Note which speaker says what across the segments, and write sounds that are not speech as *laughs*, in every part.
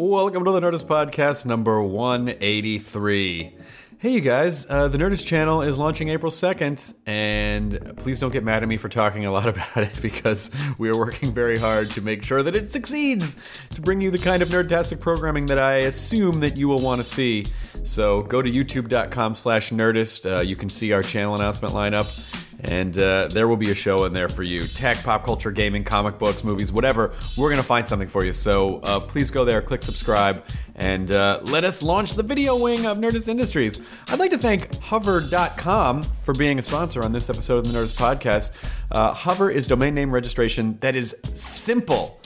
Speaker 1: Welcome to the Nerdist Podcast number 183. Hey, you guys, uh, the Nerdist channel is launching April 2nd, and please don't get mad at me for talking a lot *laughs* about it because we are working very hard to make sure that it succeeds to bring you the kind of nerdtastic programming that I assume that you will want to see. So go to youtube.com slash nerdist. Uh, you can see our channel announcement lineup. And uh, there will be a show in there for you. Tech, pop culture, gaming, comic books, movies, whatever. We're going to find something for you. So uh, please go there, click subscribe, and uh, let us launch the video wing of Nerdist Industries. I'd like to thank Hover.com for being a sponsor on this episode of the Nerdist Podcast. Uh, Hover is domain name registration that is simple.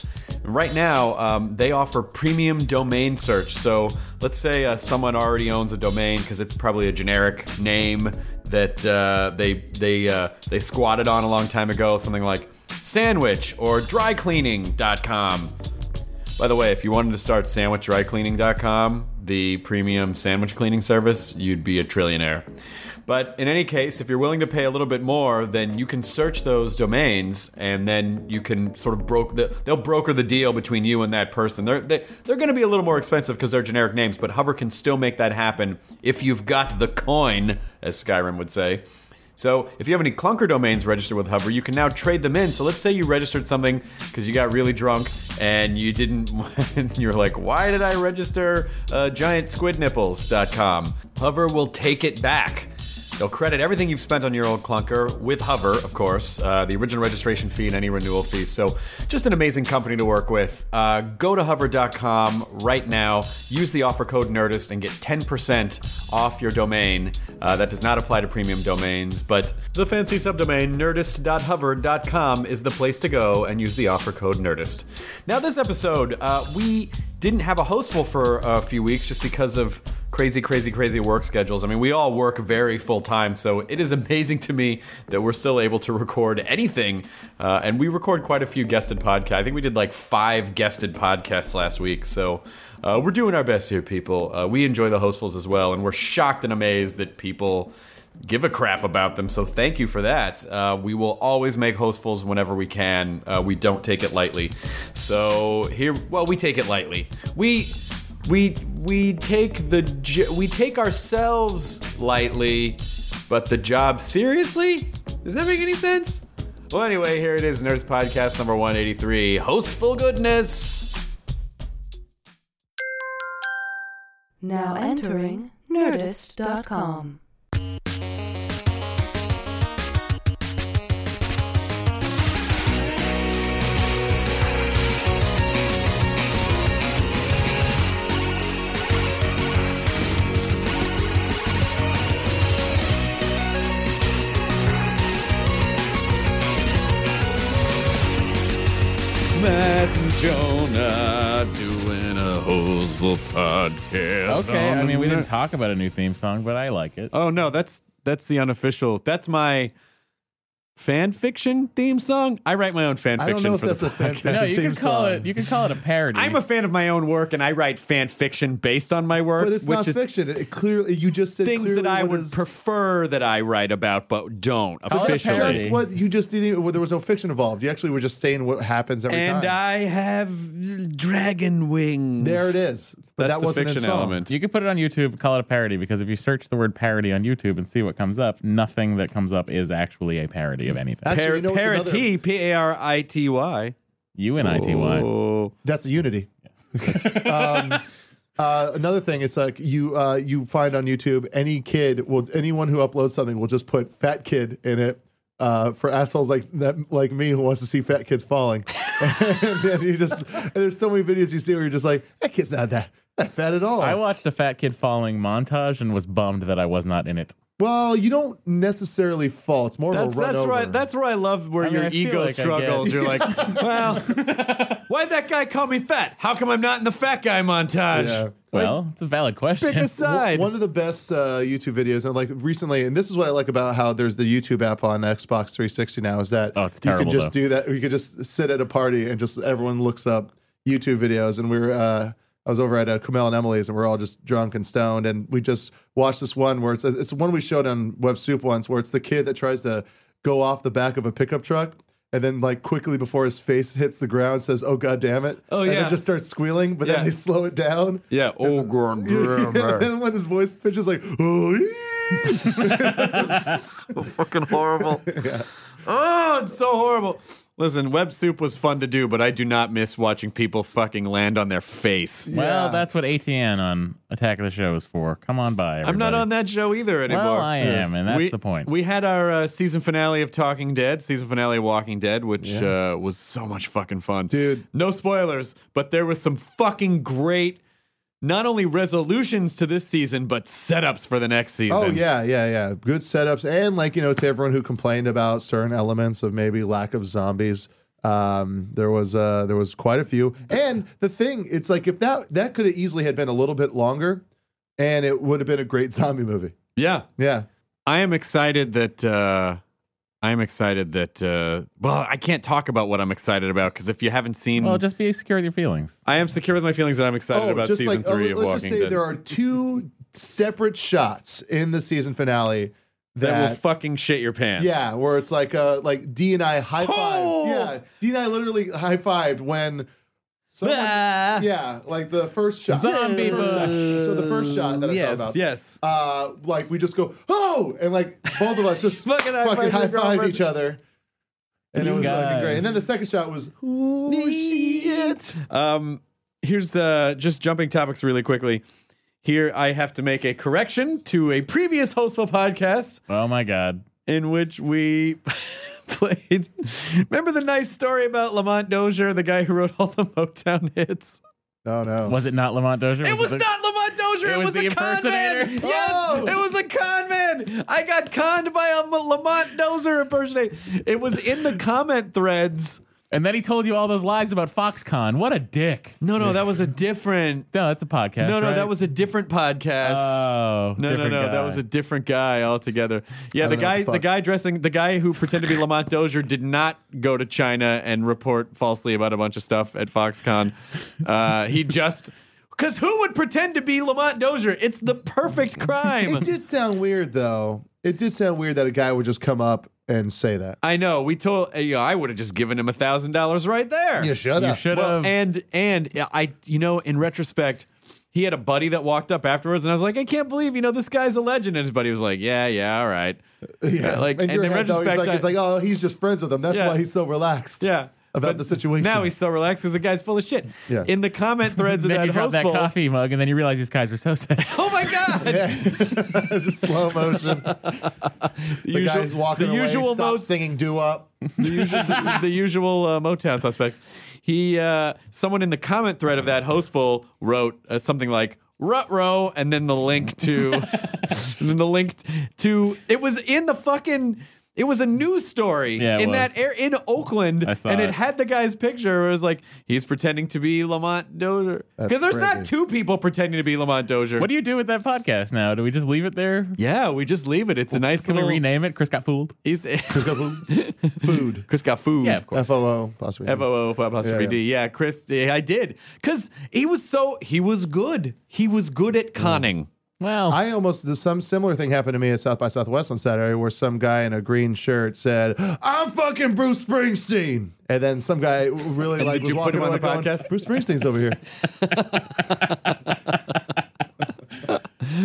Speaker 1: Right now, um, they offer premium domain search. So let's say uh, someone already owns a domain because it's probably a generic name that uh, they they uh, they squatted on a long time ago, something like sandwich or drycleaning.com. By the way, if you wanted to start sandwichdrycleaning.com, the premium sandwich cleaning service, you'd be a trillionaire. But in any case, if you're willing to pay a little bit more, then you can search those domains, and then you can sort of broke the, they'll broker the deal between you and that person. They're they, they're going to be a little more expensive because they're generic names, but Hover can still make that happen if you've got the coin, as Skyrim would say. So if you have any clunker domains registered with Hover, you can now trade them in. So let's say you registered something because you got really drunk and you didn't, *laughs* and you're like, why did I register uh, giantsquidnipples.com? Hover will take it back. They'll credit everything you've spent on your old clunker with Hover, of course, uh, the original registration fee and any renewal fees. So, just an amazing company to work with. Uh, go to hover.com right now, use the offer code Nerdist, and get 10% off your domain. Uh, that does not apply to premium domains, but the fancy subdomain nerdist.hover.com is the place to go and use the offer code Nerdist. Now, this episode, uh, we didn't have a hostful for a few weeks just because of crazy, crazy, crazy work schedules. I mean, we all work very full time, so it is amazing to me that we're still able to record anything. Uh, and we record quite a few guested podcasts. I think we did like five guested podcasts last week. So uh, we're doing our best here, people. Uh, we enjoy the hostfuls as well, and we're shocked and amazed that people give a crap about them. So thank you for that. Uh, we will always make hostfuls whenever we can. Uh, we don't take it lightly. So here, well, we take it lightly. We we we take the j- we take ourselves lightly, but the job seriously. Does that make any sense? Well, anyway, here it is, Nerds Podcast number 183, Hostful Goodness.
Speaker 2: Now entering Nerdist.com.
Speaker 1: Matt and Jonah doing a Hostful podcast.
Speaker 3: Okay, I mean we didn't talk about a new theme song, but I like it.
Speaker 1: Oh no, that's that's the unofficial. That's my fan fiction theme song. I write my own fan
Speaker 4: I
Speaker 1: fiction
Speaker 4: don't know if
Speaker 1: for
Speaker 4: that's
Speaker 1: the
Speaker 4: a fan
Speaker 1: *laughs* podcast.
Speaker 4: fiction.
Speaker 3: no, you
Speaker 4: same
Speaker 3: can call
Speaker 4: song.
Speaker 3: it you can call it a parody.
Speaker 1: I'm a fan of my own work, and I write fan fiction based on my work,
Speaker 4: But it's
Speaker 1: which
Speaker 4: not
Speaker 1: is
Speaker 4: fiction. It, it clearly, you just said
Speaker 1: things that
Speaker 4: clearly
Speaker 1: I
Speaker 4: what
Speaker 1: would
Speaker 4: is-
Speaker 1: prefer that I write about, but don't
Speaker 3: it a
Speaker 1: officially.
Speaker 3: parody.
Speaker 4: Just what you just didn't. Well, there was no fiction involved. You actually were just saying what happens every
Speaker 1: and
Speaker 4: time.
Speaker 1: I have dragon wings.
Speaker 4: there it is. But
Speaker 1: That's
Speaker 4: that
Speaker 1: the
Speaker 4: wasn't in
Speaker 1: fiction
Speaker 4: song.
Speaker 1: element.
Speaker 3: you can put it on YouTube, call it a parody, because if you search the word parody on YouTube and see what comes up, nothing that comes up is actually a parody of anything.
Speaker 4: Actually,
Speaker 1: Par-
Speaker 4: you know what's another-
Speaker 1: parity, P A R I T Y.
Speaker 3: U N I T Y.
Speaker 1: Oh.
Speaker 3: *laughs*
Speaker 4: That's a unity. um,
Speaker 3: Uh, another thing is like you uh, you find on YouTube any kid will anyone who uploads something will just put fat kid in it uh, for assholes like that like me who wants to see fat kids falling. *laughs* and then you just and there's so many videos you see where you're just like that kid's not that not fat at all.
Speaker 5: I watched a fat kid falling montage and was bummed that I was not in it.
Speaker 3: well, you don't necessarily fall. It's more
Speaker 1: That's
Speaker 3: of a run
Speaker 1: that's
Speaker 3: over.
Speaker 1: right. That's where I love where
Speaker 5: I mean,
Speaker 1: your
Speaker 5: I feel
Speaker 1: ego
Speaker 5: like I get-
Speaker 1: struggles. You're like,
Speaker 5: *laughs*
Speaker 1: well, why'd that guy call me fat? How come I'm not in the fat guy montage?
Speaker 3: Yeah.
Speaker 5: Well, it's a valid question.
Speaker 1: Pick a side.
Speaker 3: One of the best uh, YouTube videos, and like recently, and this is what I like about how there's the YouTube app on Xbox 360 now is that
Speaker 5: Oh, it's
Speaker 3: you
Speaker 5: terrible,
Speaker 3: can just
Speaker 5: though.
Speaker 3: do that. You could just sit at a party and just everyone looks up YouTube videos. And we were, uh, I was over at uh, Kumail and Emily's, and we're all just drunk and stoned, and we just watched this one where it's it's one we showed on Web Soup once, where it's the kid that tries to go off the back of a pickup truck. And then, like quickly before his face hits the ground, says, "Oh God damn it!"
Speaker 1: Oh,
Speaker 3: and
Speaker 1: yeah.
Speaker 3: then just starts squealing. But
Speaker 1: Yeah.
Speaker 3: then they slow it down,
Speaker 1: *laughs* yeah. Oh, *laughs* grand.
Speaker 3: and then when his voice pitches like, oh, ee."
Speaker 1: *laughs* fucking horrible. Oh, it's so horrible. Listen, Web Soup was fun to do, but I do not miss watching people fucking land on their face.
Speaker 5: Well,
Speaker 3: Yeah.
Speaker 5: that's what ATN on Attack of the Show is for. Come on by.
Speaker 1: I'm
Speaker 5: everybody.
Speaker 1: not on that show either anymore.
Speaker 5: Well, I am, and that's
Speaker 1: we,
Speaker 5: the point.
Speaker 1: We had our uh, season finale of Talking Dead, season finale of Walking Dead, which uh, was so much fucking fun.
Speaker 3: Dude.
Speaker 1: No spoilers, but there was some fucking great, not only resolutions to this season, but setups for the next season.
Speaker 3: oh yeah, yeah, yeah. Good setups, and like you know, to everyone who complained about certain elements of maybe lack of zombies, um, there was uh, there was quite a few. And the thing, it's like if that that could have easily had been a little bit longer, and it would have been a great zombie movie.
Speaker 1: Yeah.
Speaker 3: Yeah,
Speaker 1: I am excited that uh, I am excited that uh, well, I can't talk about what I'm excited about because if you haven't seen,
Speaker 5: Well, just be secure with your feelings.
Speaker 1: I am secure with my feelings that I'm excited about season three
Speaker 3: oh,
Speaker 1: of
Speaker 3: let's
Speaker 1: Walking
Speaker 3: just say
Speaker 1: Dead.
Speaker 3: there are two separate shots in the season finale
Speaker 1: that,
Speaker 3: that,
Speaker 1: will fucking shit your pants.
Speaker 3: Yeah, where it's like uh like D and I high five.
Speaker 1: Oh!
Speaker 3: Yeah, D and I literally high fived when. someone-
Speaker 1: Ah.
Speaker 3: yeah, like the first shot.
Speaker 5: Zombie
Speaker 3: The first shot.
Speaker 5: boo.
Speaker 3: So the first shot that I thought
Speaker 1: Yes.
Speaker 3: about.
Speaker 1: Yes.
Speaker 3: Uh, like we just go oh, and like both of
Speaker 5: *laughs*
Speaker 3: us just
Speaker 1: Fucking
Speaker 3: fucking
Speaker 1: high-five your
Speaker 3: high five
Speaker 1: girlfriend.
Speaker 3: each other. And
Speaker 5: You
Speaker 3: it was fucking
Speaker 5: guys.
Speaker 3: great. And then the second shot was
Speaker 1: Um, here's uh, just jumping topics really quickly. Here, I have to make a correction to a previous Hostful podcast.
Speaker 5: Oh my God.
Speaker 1: in which we *laughs* played. Remember the nice story about Lamont Dozier, the guy who wrote all the Motown hits?
Speaker 3: oh no.
Speaker 5: Was it not Lamont Dozier?
Speaker 1: It was
Speaker 5: the-
Speaker 1: not Lamont Dozier. It,
Speaker 5: It was
Speaker 1: was,
Speaker 5: the
Speaker 1: a con man. Yes,
Speaker 5: impersonator?
Speaker 3: Oh!
Speaker 1: it was a con man. I got conned by a M- Lamont Dozier impersonator. It was in the comment threads.
Speaker 5: And then he told you all those lies about Foxconn. What a dick.
Speaker 1: No, no, that was a different.
Speaker 5: No, that's a podcast.
Speaker 1: no, no,
Speaker 5: right?
Speaker 1: that was a different podcast.
Speaker 5: Oh,
Speaker 1: No, no,
Speaker 5: different
Speaker 1: no. That
Speaker 5: guy.
Speaker 1: was a different guy altogether. Yeah,
Speaker 3: I
Speaker 1: the
Speaker 3: don't know what
Speaker 1: guy,
Speaker 3: the
Speaker 1: the,
Speaker 3: fuck.
Speaker 1: guy dressing, the guy who pretended to be Lamont Dozier did not go to China and report falsely about a bunch of stuff at Foxconn.
Speaker 5: *laughs*
Speaker 1: Uh, he just, because who would pretend to be Lamont Dozier? It's the
Speaker 3: *laughs*
Speaker 1: perfect crime.
Speaker 3: It did sound weird though. It did sound weird that a guy would just come up and say that.
Speaker 1: I know. We told. Uh, you know, I would have just given him a thousand dollars right there.
Speaker 3: You should
Speaker 5: You
Speaker 3: have.
Speaker 5: should
Speaker 1: Well,
Speaker 5: have.
Speaker 1: and and I, you know, in retrospect, he had a buddy that walked up afterwards, and I was like, I can't believe, you know, this guy's a legend. And his buddy was like, Yeah, yeah, all right.
Speaker 3: *laughs* Yeah,
Speaker 1: like,
Speaker 3: in
Speaker 1: and
Speaker 3: your
Speaker 1: in
Speaker 3: head, though, he's
Speaker 1: retrospect,
Speaker 3: like,
Speaker 1: I-
Speaker 3: it's like, oh, he's just friends with him. That's
Speaker 1: Yeah.
Speaker 3: why he's so relaxed.
Speaker 1: Yeah.
Speaker 3: about
Speaker 1: But
Speaker 3: the situation.
Speaker 1: Now he's so relaxed because the guy's full of shit.
Speaker 3: Yeah.
Speaker 1: In the comment
Speaker 5: *laughs*
Speaker 1: threads of
Speaker 5: then
Speaker 1: that
Speaker 5: you dropped that
Speaker 1: hostful-
Speaker 5: coffee mug, and then you realize these guys were so *laughs* sad.
Speaker 1: *laughs* Oh my
Speaker 3: *laughs*
Speaker 1: god!
Speaker 3: Yeah. just slow motion. *laughs* The
Speaker 1: The usual-
Speaker 3: guy's walking
Speaker 1: the
Speaker 3: away.
Speaker 1: usual
Speaker 3: stop
Speaker 1: mo-
Speaker 3: singing "Do Up."
Speaker 1: the usual, the usual uh, Motown suspects. He, uh, someone in the comment thread of that hostful wrote uh, something like "rut row" and then the link
Speaker 5: *laughs*
Speaker 1: to, and then the link to it was in the fucking. It was a news story
Speaker 5: Yeah, it
Speaker 1: in
Speaker 5: was.
Speaker 1: that air in Oakland,
Speaker 5: I saw
Speaker 1: and it.
Speaker 5: it.
Speaker 1: had the guy's picture. Where it was like he's pretending to be Lamont Dozier because there's not
Speaker 3: crazy.
Speaker 1: two people pretending to be Lamont Dozier.
Speaker 5: What do you do with that podcast now? Do we just leave it there?
Speaker 1: Yeah, we just leave it. It's a nice
Speaker 5: Can we
Speaker 1: little
Speaker 5: rename it? Chris got fooled.
Speaker 1: He's, *laughs*
Speaker 3: Food.
Speaker 1: Chris got food.
Speaker 5: Yeah, of course.
Speaker 3: F O O possibly.
Speaker 1: F O O apostrophe
Speaker 3: Yeah, yeah.
Speaker 1: D. Yeah, Chris. Yeah, I did because he was so he was good. He was good at conning.
Speaker 5: Well,
Speaker 3: I almost the, some similar thing happened to me at South by Southwest on Saturday, where some guy in a green shirt said, "I'm fucking Bruce Springsteen," and then some guy really
Speaker 1: And
Speaker 3: like
Speaker 1: did
Speaker 3: was
Speaker 1: you put
Speaker 3: walking
Speaker 1: him on the
Speaker 3: around going,
Speaker 1: podcast?
Speaker 3: Bruce Springsteen's
Speaker 1: *laughs*
Speaker 3: over here.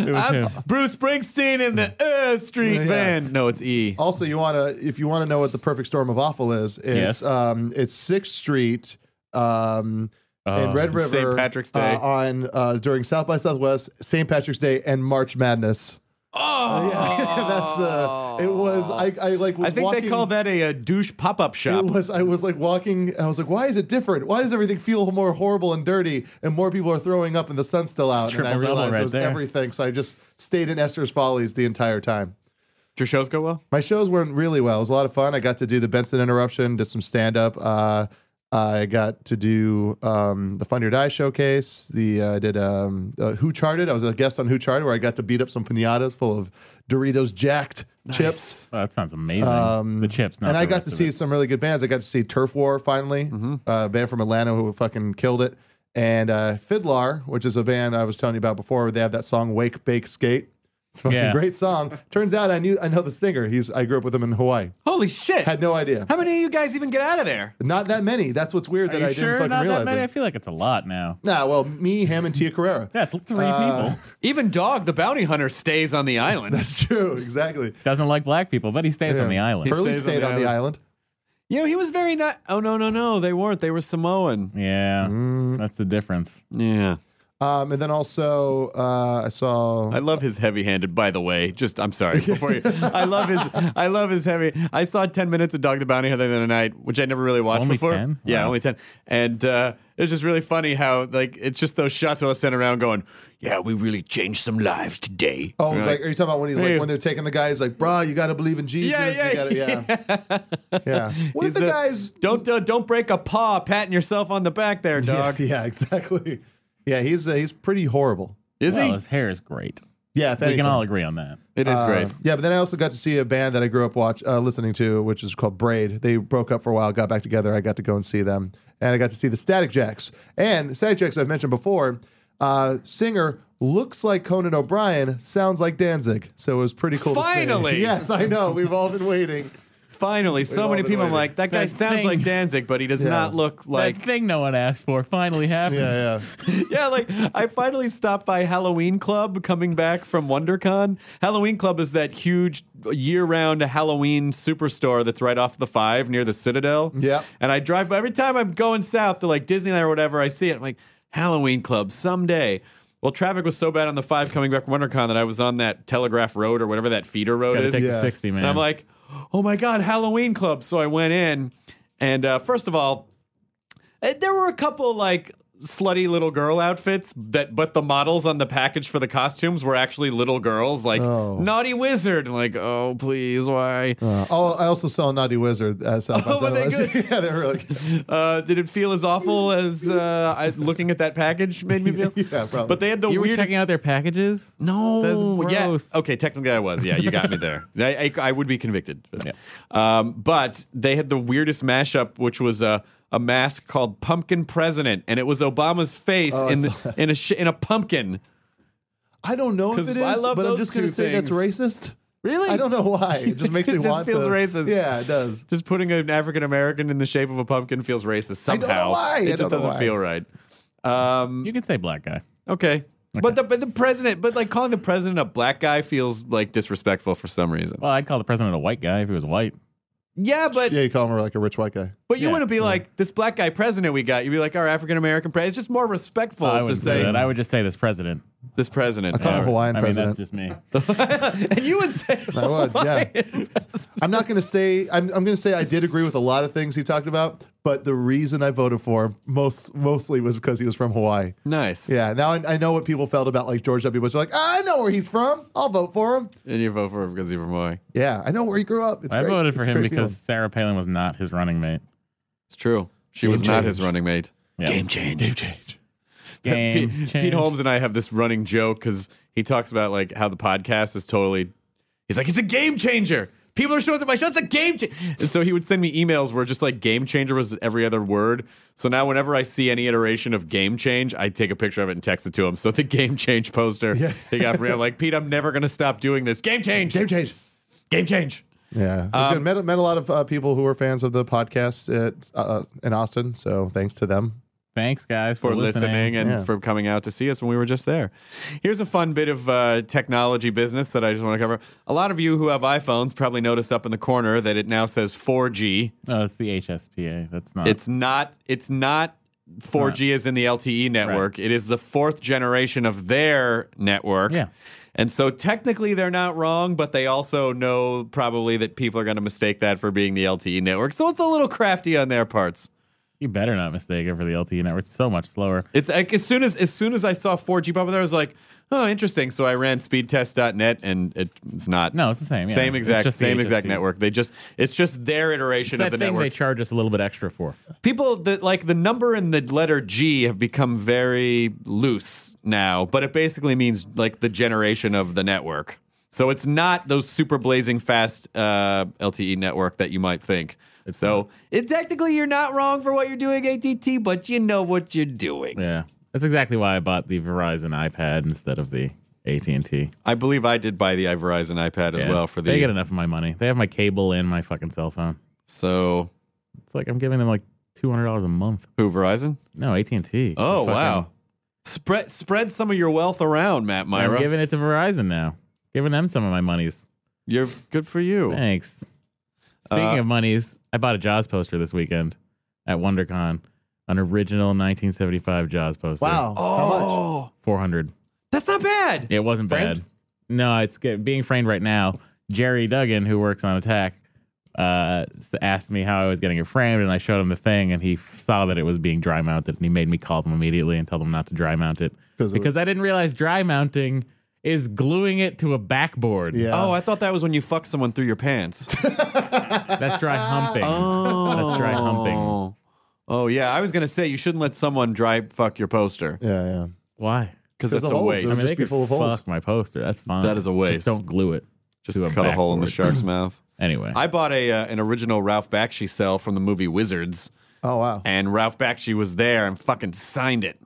Speaker 5: it was him.
Speaker 1: I'm Uh, Bruce Springsteen in the uh, Street
Speaker 3: Yeah. Oh.
Speaker 1: Band. No, it's E.
Speaker 3: Also, you want to if you want to know what the perfect storm of awful is, um, it's
Speaker 5: Yes.
Speaker 3: um it's Sixth Street, um
Speaker 5: Oh,
Speaker 3: in Red River
Speaker 1: St. Patrick's Day.
Speaker 3: uh, on uh, during South by Southwest, St. Patrick's Day, and March Madness. *laughs*
Speaker 1: Oh, *laughs*
Speaker 3: That's uh, it was. I, I like. Was
Speaker 1: I think
Speaker 3: walking,
Speaker 1: they call that a, uh douche pop up shop.
Speaker 3: It was. I was like walking. I was like, why is it different? Why does everything feel more horrible and dirty, and more people are throwing up, and the sun's still out? And I
Speaker 5: triple-double
Speaker 3: realized
Speaker 5: right
Speaker 3: it was
Speaker 5: there.
Speaker 3: everything. So I just stayed in Esther's Follies the entire time.
Speaker 1: Did your shows go well?
Speaker 3: My shows went really well. It was a lot of fun. I got to do the Benson interruption, did some stand up. Uh, I got to do um, the Fund Your Die showcase. The uh, I did um, uh, Who Charted. I was a guest on Who Charted, where I got to beat up some pinatas full of Doritos jacked chips.
Speaker 5: Oh, that sounds amazing.
Speaker 3: Um,
Speaker 5: the chips, not
Speaker 3: and I
Speaker 5: the
Speaker 3: got
Speaker 5: rest
Speaker 3: to
Speaker 5: of
Speaker 3: see
Speaker 5: it.
Speaker 3: some really good bands. I got to see Turf War finally,
Speaker 1: Mm-hmm.
Speaker 3: uh, a band from Atlanta who fucking killed it, and uh, Fiddlar, which is a band I was telling you about before. Where they have that song "Wake Bake Skate." It's a fucking
Speaker 5: Yeah.
Speaker 3: great song. Turns out I knew I know the singer. He's I grew up with him in Hawaii.
Speaker 1: Holy shit!
Speaker 3: Had no idea.
Speaker 1: How many of you guys even get out of there?
Speaker 3: Not that many. That's what's weird that
Speaker 5: Are
Speaker 3: I
Speaker 5: you
Speaker 3: didn't
Speaker 5: sure?
Speaker 3: fucking
Speaker 5: Not that
Speaker 3: realize
Speaker 5: many. I
Speaker 3: it.
Speaker 5: feel like it's a lot now.
Speaker 3: Nah, well, me, him, and Tia Carrera.
Speaker 5: *laughs* That's three
Speaker 3: Uh, *laughs*
Speaker 5: people.
Speaker 1: Even Dog, the bounty hunter, stays on the island.
Speaker 3: That's true. Exactly.
Speaker 5: Doesn't like black people, but he stays on the
Speaker 3: Yeah.
Speaker 5: island.
Speaker 3: Hurley
Speaker 1: stays on
Speaker 3: stayed
Speaker 1: the
Speaker 3: on the island.
Speaker 1: you know, he was very not. Oh no, no, no, they weren't. They were Samoan.
Speaker 5: yeah,
Speaker 3: Mm.
Speaker 5: that's the difference.
Speaker 1: Yeah,
Speaker 3: Um, and then also uh, I saw
Speaker 1: I love his heavy-handed. By the way, just
Speaker 5: *laughs*
Speaker 1: I'm sorry. Before you, I love his. I love his heavy. I saw ten minutes of Dog the Bounty Hunter the other night, which I never really watched
Speaker 5: Only
Speaker 1: before.
Speaker 5: 10?
Speaker 1: Yeah,
Speaker 5: Wow.
Speaker 1: only ten. And uh, it was just really funny how like it's just those shots of us standing around going, "Yeah, we really changed some lives today."
Speaker 3: Oh,
Speaker 1: You're
Speaker 3: like,
Speaker 1: like,
Speaker 3: are you talking about when he's
Speaker 1: Hey.
Speaker 3: like when they're taking the guy? He's like, "Bro, you got to believe in Jesus."
Speaker 1: Yeah,
Speaker 3: you
Speaker 1: yeah,
Speaker 3: gotta, yeah, yeah. What if
Speaker 1: He's
Speaker 3: the
Speaker 1: a-
Speaker 3: guys?
Speaker 1: don't uh, don't break a paw patting yourself on the back there, dog?
Speaker 3: *laughs* Yeah, yeah, exactly. Yeah, he's uh, he's pretty horrible.
Speaker 1: Is
Speaker 5: well, uh,
Speaker 1: he?
Speaker 5: his hair is great.
Speaker 3: Yeah, if
Speaker 5: We
Speaker 3: anything.
Speaker 5: can all agree on that.
Speaker 1: It is
Speaker 3: Uh,
Speaker 1: great.
Speaker 3: Yeah, but then I also got to see a band that I grew up watch uh, listening to, which is called Braid. They broke up for a while, got back together. I got to go and see them, and I got to see the Static Jacks. And Static Jacks, I've mentioned before, uh, singer looks like Conan O'Brien, sounds like Danzig. So it was pretty cool. to see.
Speaker 1: Finally!
Speaker 3: *laughs* yes, I know. We've all been waiting.
Speaker 1: Finally, so
Speaker 3: all
Speaker 1: many
Speaker 3: been
Speaker 1: people. I'm
Speaker 3: waiting.
Speaker 1: like, that guy
Speaker 5: That
Speaker 1: sounds
Speaker 5: thing-
Speaker 1: like Danzig, but he does
Speaker 3: Yeah.
Speaker 1: not look
Speaker 5: that
Speaker 1: like.
Speaker 5: thing no one asked for finally happened.
Speaker 3: Yeah, yeah.
Speaker 1: *laughs* yeah, like I finally stopped by Halloween Club coming back from WonderCon. Halloween Club is that huge year-round Halloween superstore that's right off the five near the Citadel.
Speaker 3: Yeah.
Speaker 1: and I drive by every time I'm going south to like Disneyland or whatever. I see it. I'm like Halloween Club someday. Well, traffic was so bad on the five coming back from WonderCon that I was on that Telegraph Road or whatever that feeder road
Speaker 5: Gotta
Speaker 1: is.
Speaker 5: take
Speaker 3: Yeah.
Speaker 5: the sixty man.
Speaker 1: And I'm like, oh my God, Halloween Club. So I went in. And uh, first of all, eh, there were a couple like slutty little girl outfits that, but the models on the package for the costumes were actually little girls, like
Speaker 3: Oh.
Speaker 1: Naughty Wizard. And like, oh, please, why?
Speaker 3: Uh, oh, I also saw Naughty Wizard. Uh, South by
Speaker 1: Oh, were they
Speaker 3: Southwest. *laughs* yeah, they were really
Speaker 1: *laughs*
Speaker 3: good.
Speaker 1: Uh, did it feel as awful as uh, I, looking at that package made me feel?
Speaker 3: *laughs* Yeah, probably.
Speaker 1: But they had the
Speaker 5: you were
Speaker 1: weirdest.
Speaker 5: checking out their packages.
Speaker 1: No,
Speaker 5: That's gross.
Speaker 1: yeah. Okay, technically I was. Yeah, you got
Speaker 5: *laughs*
Speaker 1: me there. I, I, I would be convicted.
Speaker 5: Yeah.
Speaker 1: Um, but they had the weirdest mashup, which was a a mask called Pumpkin President, and it was Obama's face
Speaker 3: Oh, I
Speaker 1: in
Speaker 3: saw
Speaker 1: the, in a sh- in a pumpkin.
Speaker 3: I don't know if
Speaker 1: 'Cause
Speaker 3: it
Speaker 1: I
Speaker 3: is,
Speaker 1: love
Speaker 3: but I'm
Speaker 1: those
Speaker 3: just going
Speaker 1: two
Speaker 3: to say that's
Speaker 1: things.
Speaker 3: racist.
Speaker 1: Really?
Speaker 3: I don't know why. It just makes
Speaker 1: *laughs* It
Speaker 3: me
Speaker 1: just
Speaker 3: want
Speaker 1: feels
Speaker 3: to-
Speaker 1: racist.
Speaker 3: Yeah, it does.
Speaker 1: Just putting an African American in the shape of a pumpkin feels racist
Speaker 3: I don't
Speaker 1: somehow.
Speaker 3: know why. I
Speaker 1: It just
Speaker 3: don't know
Speaker 1: doesn't
Speaker 3: why.
Speaker 1: feel right. Um,
Speaker 5: You could say black guy.
Speaker 1: okay. But the but the president, but like calling the president a black guy feels like disrespectful for some reason.
Speaker 5: Well, I'd call the president a white guy if he was white.
Speaker 1: Yeah, but
Speaker 3: yeah, you call him like a rich white guy.
Speaker 1: But you
Speaker 5: Yeah.
Speaker 1: wouldn't be like this black guy president we got. You'd be like our African American president. It's just more respectful
Speaker 5: I
Speaker 1: to
Speaker 5: wouldn't
Speaker 1: say
Speaker 5: say that. I would just say this president.
Speaker 1: this president.
Speaker 3: I call him Hawaiian
Speaker 5: I mean, that's
Speaker 3: president.
Speaker 5: just me.
Speaker 1: and you would
Speaker 3: *laughs*
Speaker 1: say
Speaker 3: I would, yeah.
Speaker 1: Hawaiian president.
Speaker 3: I'm not going to say. I'm, I'm going to say I did agree with a lot of things he talked about, but the reason I voted for him most mostly was because he was from Hawaii.
Speaker 1: *laughs* Nice.
Speaker 3: Yeah, now I, I know what people felt about like George W. Bush. They're like, I know where he's from. I'll vote for him.
Speaker 1: And you vote for him because you're from Hawaii.
Speaker 3: Yeah, I know where he grew up. It's
Speaker 5: I
Speaker 3: great.
Speaker 5: voted for
Speaker 3: It's a
Speaker 5: him
Speaker 3: great
Speaker 5: because
Speaker 3: feeling.
Speaker 5: Sarah Palin was not his running mate.
Speaker 1: It's true. She
Speaker 3: Game
Speaker 1: was not
Speaker 3: change.
Speaker 1: his running mate.
Speaker 5: Yeah.
Speaker 1: change.
Speaker 3: Game change.
Speaker 5: Game
Speaker 1: Pete, Pete
Speaker 5: change.
Speaker 1: Holmes and I have this running joke because he talks about like how the podcast is totally. He's like, it's a game changer. People are showing up to my show. It's a game changer. And so he would send me emails where just like game changer was every other word. So now whenever I see any iteration of game change, I take a picture of it and text it to him. So the game change poster he got for me, I'm like, Pete, I'm never gonna stop doing this. Game change.
Speaker 3: Game change.
Speaker 1: Game change.
Speaker 3: Yeah, it was good. Met, met a lot of uh, people who were fans of the podcast at, uh, in Austin. So thanks to them.
Speaker 5: Thanks, guys,
Speaker 1: for listening, and
Speaker 3: Yeah.
Speaker 1: for coming out to see us when we were just there. Here's a fun bit of uh, technology business that I just want to cover. A lot of you who have iPhones probably noticed up in the corner that it now says 4G.
Speaker 5: Oh, it's the HSPA. That's not.
Speaker 1: It's not. It's not 4G is in the LTE network. It is the fourth generation of their network.
Speaker 5: Yeah.
Speaker 1: And so technically they're not wrong, but they also know probably that people are going to mistake that for being the LTE network. So it's a little crafty on their parts.
Speaker 5: You better not mistake it for the LTE network. It's so much slower.
Speaker 1: It's like as soon as as soon as I saw 4G pop up there, I was like, oh, interesting. So I ran speedtest.net, and it, it's not.
Speaker 5: No, it's the same. yeah.
Speaker 1: same
Speaker 5: It's
Speaker 1: exact
Speaker 5: just the
Speaker 1: same exact
Speaker 5: HSP.
Speaker 1: network. They just it's just their
Speaker 5: It's
Speaker 1: iteration
Speaker 5: that
Speaker 1: of the
Speaker 5: thing
Speaker 1: network.
Speaker 5: they charge us a little bit extra for.
Speaker 1: People that like the number and the letter G have become very loose now, but it basically means like the generation of the network. So it's not those super blazing fast uh, LTE network that you might think. so it, technically, you're not wrong for what you're doing, ATT, but you know what you're doing.
Speaker 5: Yeah, that's exactly why I bought the Verizon iPad instead of the AT and T.
Speaker 1: I believe I did buy the Verizon iPad as well for the.
Speaker 5: they get enough of my money. They have my cable and my fucking cell phone.
Speaker 1: so
Speaker 5: It's like I'm giving them like two hundred dollars a month.
Speaker 1: who Verizon?
Speaker 5: No, AT and T.
Speaker 1: Oh wow! Spread spread some of your wealth around, Matt
Speaker 5: I'm
Speaker 1: Myra.
Speaker 5: giving it to Verizon now. Giving them some of my monies.
Speaker 1: you're good for you.
Speaker 5: Thanks. Speaking
Speaker 1: Uh,
Speaker 5: of monies, I bought a Jaws poster this weekend at WonderCon. An original 1975 Jaws poster.
Speaker 4: Wow. How much?
Speaker 1: Oh,
Speaker 5: 400.
Speaker 1: that's not bad.
Speaker 5: It wasn't
Speaker 1: Framed?
Speaker 5: bad. No, it's good. being framed right now. Jerry Duggan, who works on Attack, uh, s- asked me how I was getting it framed, and I showed him the thing, and he f- saw that it was being dry mounted, and he made me call them immediately and tell them not to dry mount it
Speaker 4: 'Cause it
Speaker 5: because I didn't realize dry mounting is gluing it to a backboard.
Speaker 4: Yeah.
Speaker 1: Oh, I thought that was when you fuck someone through your pants.
Speaker 5: That's
Speaker 1: *laughs*
Speaker 5: dry humping.
Speaker 1: oh.
Speaker 5: *laughs* That's dry humping.
Speaker 1: Oh yeah, I was gonna say you shouldn't let someone dry fuck your poster
Speaker 4: yeah, yeah.
Speaker 5: Why?
Speaker 4: 'Cause
Speaker 1: because that's
Speaker 4: the
Speaker 1: a
Speaker 4: holes
Speaker 1: waste.
Speaker 4: is-
Speaker 5: I mean,
Speaker 4: just
Speaker 5: they
Speaker 4: be
Speaker 5: could
Speaker 4: full of holes.
Speaker 5: fuck my poster. That's fine.
Speaker 1: That is a waste.
Speaker 5: Just don't glue it.
Speaker 1: Just
Speaker 5: do a
Speaker 1: cut a hole in the
Speaker 5: backboard. *laughs*
Speaker 1: shark's mouth.
Speaker 5: Anyway,
Speaker 1: I bought a uh, an original Ralph Bakshi cell from the movie Wizards,
Speaker 4: Oh wow.
Speaker 1: and Ralph Bakshi was there and fucking signed it.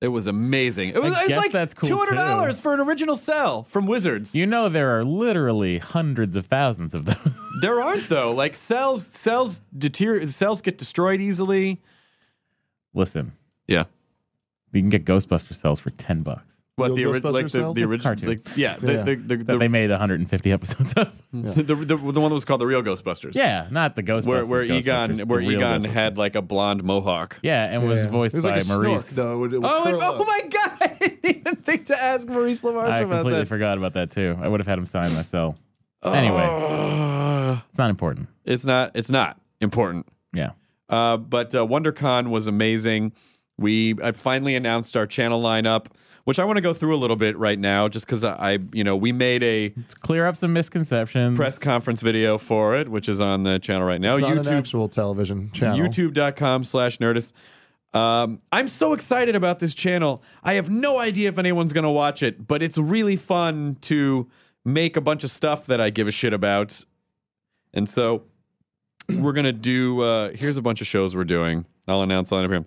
Speaker 1: It was amazing. It was, it was
Speaker 5: guess
Speaker 1: like
Speaker 5: that's cool,
Speaker 1: two hundred dollars
Speaker 5: too.
Speaker 1: for an original cell from Wizards.
Speaker 5: you know there are literally hundreds of thousands of those. *laughs*
Speaker 1: There aren't though. Like cells, cells deteriorate. Cells get destroyed easily.
Speaker 5: Listen,
Speaker 1: Yeah.
Speaker 5: you can get Ghostbuster cells for ten bucks.
Speaker 1: What the,
Speaker 4: Real
Speaker 1: ori-
Speaker 4: Ghostbuster
Speaker 1: like the,
Speaker 4: cells?
Speaker 1: the
Speaker 4: It's a
Speaker 1: original?
Speaker 5: cartoon.
Speaker 1: Like, yeah, the,
Speaker 4: Yeah.
Speaker 1: The, the,
Speaker 5: that
Speaker 1: the-
Speaker 5: they made 150 episodes
Speaker 4: *laughs*
Speaker 5: of.
Speaker 1: the, the, the one that was called the real Ghostbusters.
Speaker 5: yeah, not the Ghostbusters.
Speaker 1: where where
Speaker 5: Ghostbusters,
Speaker 1: Egon
Speaker 5: the
Speaker 1: where
Speaker 5: real
Speaker 1: Egon
Speaker 5: Ghostbusters.
Speaker 1: had like a blonde mohawk.
Speaker 5: Yeah, and was
Speaker 4: Yeah.
Speaker 5: voiced
Speaker 4: it was
Speaker 5: by
Speaker 4: like a
Speaker 5: Maurice.
Speaker 4: Snork, though. It, it was
Speaker 1: Oh, and,
Speaker 4: curled
Speaker 1: oh
Speaker 4: up.
Speaker 1: my god! *laughs* I didn't even think to ask Maurice LaMarche
Speaker 5: I
Speaker 1: about
Speaker 5: completely
Speaker 1: that. Oh.
Speaker 5: forgot about that too. I would have had him sign my cell. Anyway,
Speaker 1: Uh,
Speaker 5: it's not important.
Speaker 1: *sighs* it's not. It's not important.
Speaker 5: Yeah.
Speaker 1: Uh, but uh, WonderCon was amazing. We I finally announced our channel lineup, which I want to go through a little bit right now, just because I, I, you know, we made a
Speaker 5: To clear up some misconceptions.
Speaker 1: press conference video for it, which is on the channel right now.
Speaker 4: It's not an
Speaker 1: YouTube
Speaker 4: actual television channel.
Speaker 1: youtube.com slash nerdist um, i'm so excited about this channel i have no idea if anyone's going to watch it but it's really fun to make a bunch of stuff that i give a shit about and so we're going to do uh, here's a bunch of shows we're doing i'll announce on here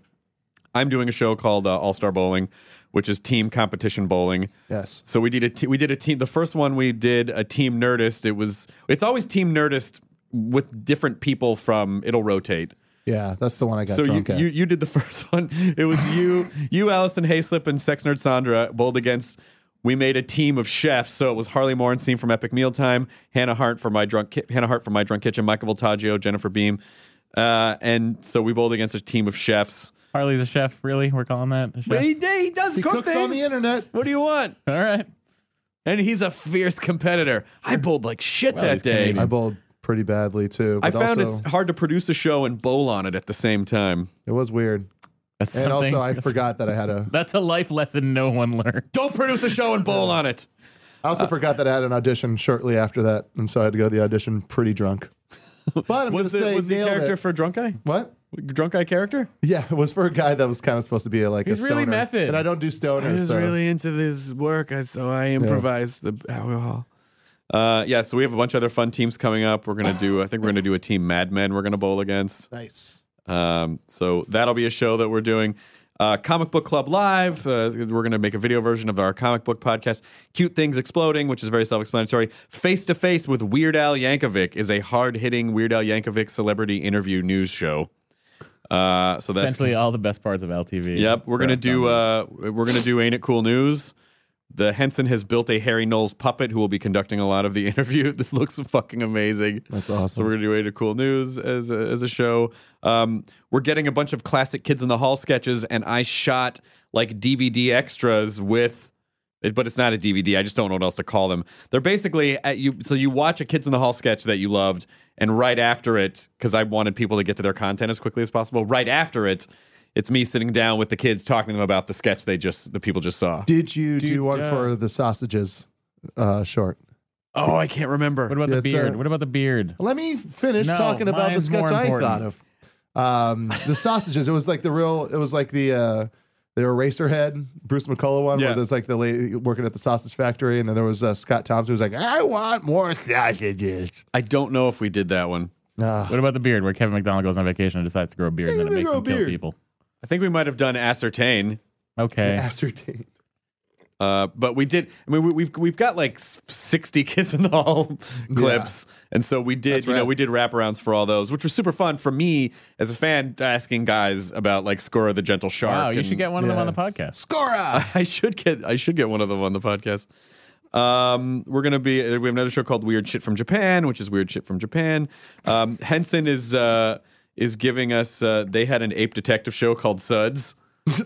Speaker 1: i'm doing a show called uh, all star bowling which is team competition bowling
Speaker 4: Yes.
Speaker 1: so we did a te- we did a team. The first one we did a team Nerdist. It was it's always team Nerdist with different people from. It'll rotate.
Speaker 4: Yeah, that's the one I got
Speaker 1: so you,
Speaker 4: drunk at.
Speaker 1: you you did the *laughs* first one. It was
Speaker 4: *laughs*
Speaker 1: you you Allison Hayslip and Sex Nerd Sandra bowled against. We made a team of chefs. So it was Harley Morenstein from Epic Mealtime, Hannah Hart from My Drunk Ki- Hannah Hart from My Drunk Kitchen, Michael Voltaggio, Jennifer Beam, uh, and so we bowled against a team of chefs.
Speaker 5: Harley's a chef, really? We're calling that a
Speaker 1: But
Speaker 5: chef?
Speaker 1: he, he does
Speaker 4: he
Speaker 1: cook
Speaker 4: cooks
Speaker 1: things.
Speaker 4: on the internet.
Speaker 1: What do you want?
Speaker 5: All right.
Speaker 1: And he's a fierce competitor. I bowled like shit
Speaker 5: Well,
Speaker 1: that
Speaker 5: he's
Speaker 1: day.
Speaker 5: Canadian.
Speaker 4: I bowled pretty badly too.
Speaker 1: I
Speaker 4: but
Speaker 1: found
Speaker 4: also,
Speaker 1: it's hard to produce a show and bowl on it at the same time.
Speaker 4: it was weird.
Speaker 5: That's
Speaker 4: And
Speaker 5: something.
Speaker 4: also, I forgot that I had a.
Speaker 5: That's a life lesson no one learned.
Speaker 1: Don't produce a show and bowl on it.
Speaker 4: I
Speaker 1: Uh,
Speaker 4: also forgot that I had an audition shortly after that, and so I had to go to the audition pretty
Speaker 1: *laughs*
Speaker 4: drunk. But *laughs* I'm
Speaker 1: Was
Speaker 4: gonna
Speaker 1: the,
Speaker 4: say,
Speaker 1: was the
Speaker 4: nailed
Speaker 1: character
Speaker 4: it.
Speaker 1: for Drunk Eye?
Speaker 4: what?
Speaker 1: Drunk Eye character?
Speaker 4: Yeah, it was for a guy that was kind of supposed to be like
Speaker 5: He's
Speaker 4: a stoner.
Speaker 5: really method.
Speaker 4: and I don't do stoners. so.
Speaker 1: into this work, I- so I the alcohol. Uh, yeah, so we have a bunch of other fun teams coming up. We're gonna do. I think we're gonna do a team Mad Men. We're gonna bowl against.
Speaker 4: nice.
Speaker 1: Um, so that'll be a show that we're doing. Uh, comic Book Club Live. Uh, we're going to make a video version of our comic book podcast. Cute Things Exploding, which is very self explanatory. Face to Face with Weird Al Yankovic is a hard hitting Weird Al Yankovic celebrity interview news show. Uh, so that's
Speaker 5: Essentially, all the best parts of LTV.
Speaker 1: Yep, we're gonna
Speaker 5: Correct.
Speaker 1: do uh, we're gonna do Ain't It Cool News. the Henson has built a Harry Knowles puppet who will be conducting a lot of the *laughs* interview. This looks fucking amazing.
Speaker 4: That's
Speaker 1: So
Speaker 4: awesome.
Speaker 1: we're gonna do way to cool news as a, as a show. Um, we're getting a bunch of classic Kids in the Hall sketches, and I shot like DVD extras with. it- But it's not a DVD. I just don't know what else to call them. They're basically at you. So you watch a Kids in the Hall sketch that you loved, and right after it, because I wanted people to get to their content as quickly as possible. Right after it, it's me sitting down with the kids, talking to them about the sketch they just the people just saw.
Speaker 4: Did you do,
Speaker 5: Dude,
Speaker 4: one
Speaker 5: uh,
Speaker 4: for the sausages uh, short?
Speaker 1: Oh, I can't remember.
Speaker 5: What about
Speaker 4: Yes,
Speaker 5: the beard?
Speaker 4: sir.
Speaker 5: what about the beard?
Speaker 4: Let me finish
Speaker 5: No,
Speaker 4: talking about the
Speaker 5: mine's more
Speaker 4: sketch I
Speaker 5: important.
Speaker 4: thought of. Um, the sausages. It was like the real. It was like the uh, the Eraserhead Bruce McCullough one,
Speaker 1: Yeah.
Speaker 4: where there's like the lady working at the sausage factory, and then there was uh, Scott Thompson who was like, "I want more sausages."
Speaker 1: I don't know if we did that one.
Speaker 4: Ah.
Speaker 5: What about the beard where Kevin McDonald goes on vacation and decides to grow a beard and then it
Speaker 1: They
Speaker 5: makes
Speaker 1: grow
Speaker 5: him
Speaker 1: a
Speaker 5: kill
Speaker 1: beard.
Speaker 5: people?
Speaker 1: I think we might have done ascertain.
Speaker 5: Okay.
Speaker 4: Ascertain.
Speaker 1: Uh, but we did. I mean, we, we've we've got like s- sixty *laughs* kids in the hall clips, and so we did.
Speaker 4: That's
Speaker 1: you know,
Speaker 4: rad.
Speaker 1: we did wraparounds for all those, which was super fun for me as a fan asking guys about like Scora the Gentle Shark.
Speaker 5: Wow, you
Speaker 1: and-
Speaker 5: should get one of them on
Speaker 4: Yeah.
Speaker 5: the podcast.
Speaker 4: Scora.
Speaker 1: *laughs* I should get. I should get one of them on the podcast. Um, we're gonna be. We have another show called Weird Shit from Japan, which is Weird Shit from Japan. Um, *laughs* Henson is uh, is giving us. Uh, they had an ape detective show
Speaker 4: *laughs*
Speaker 1: called Suds,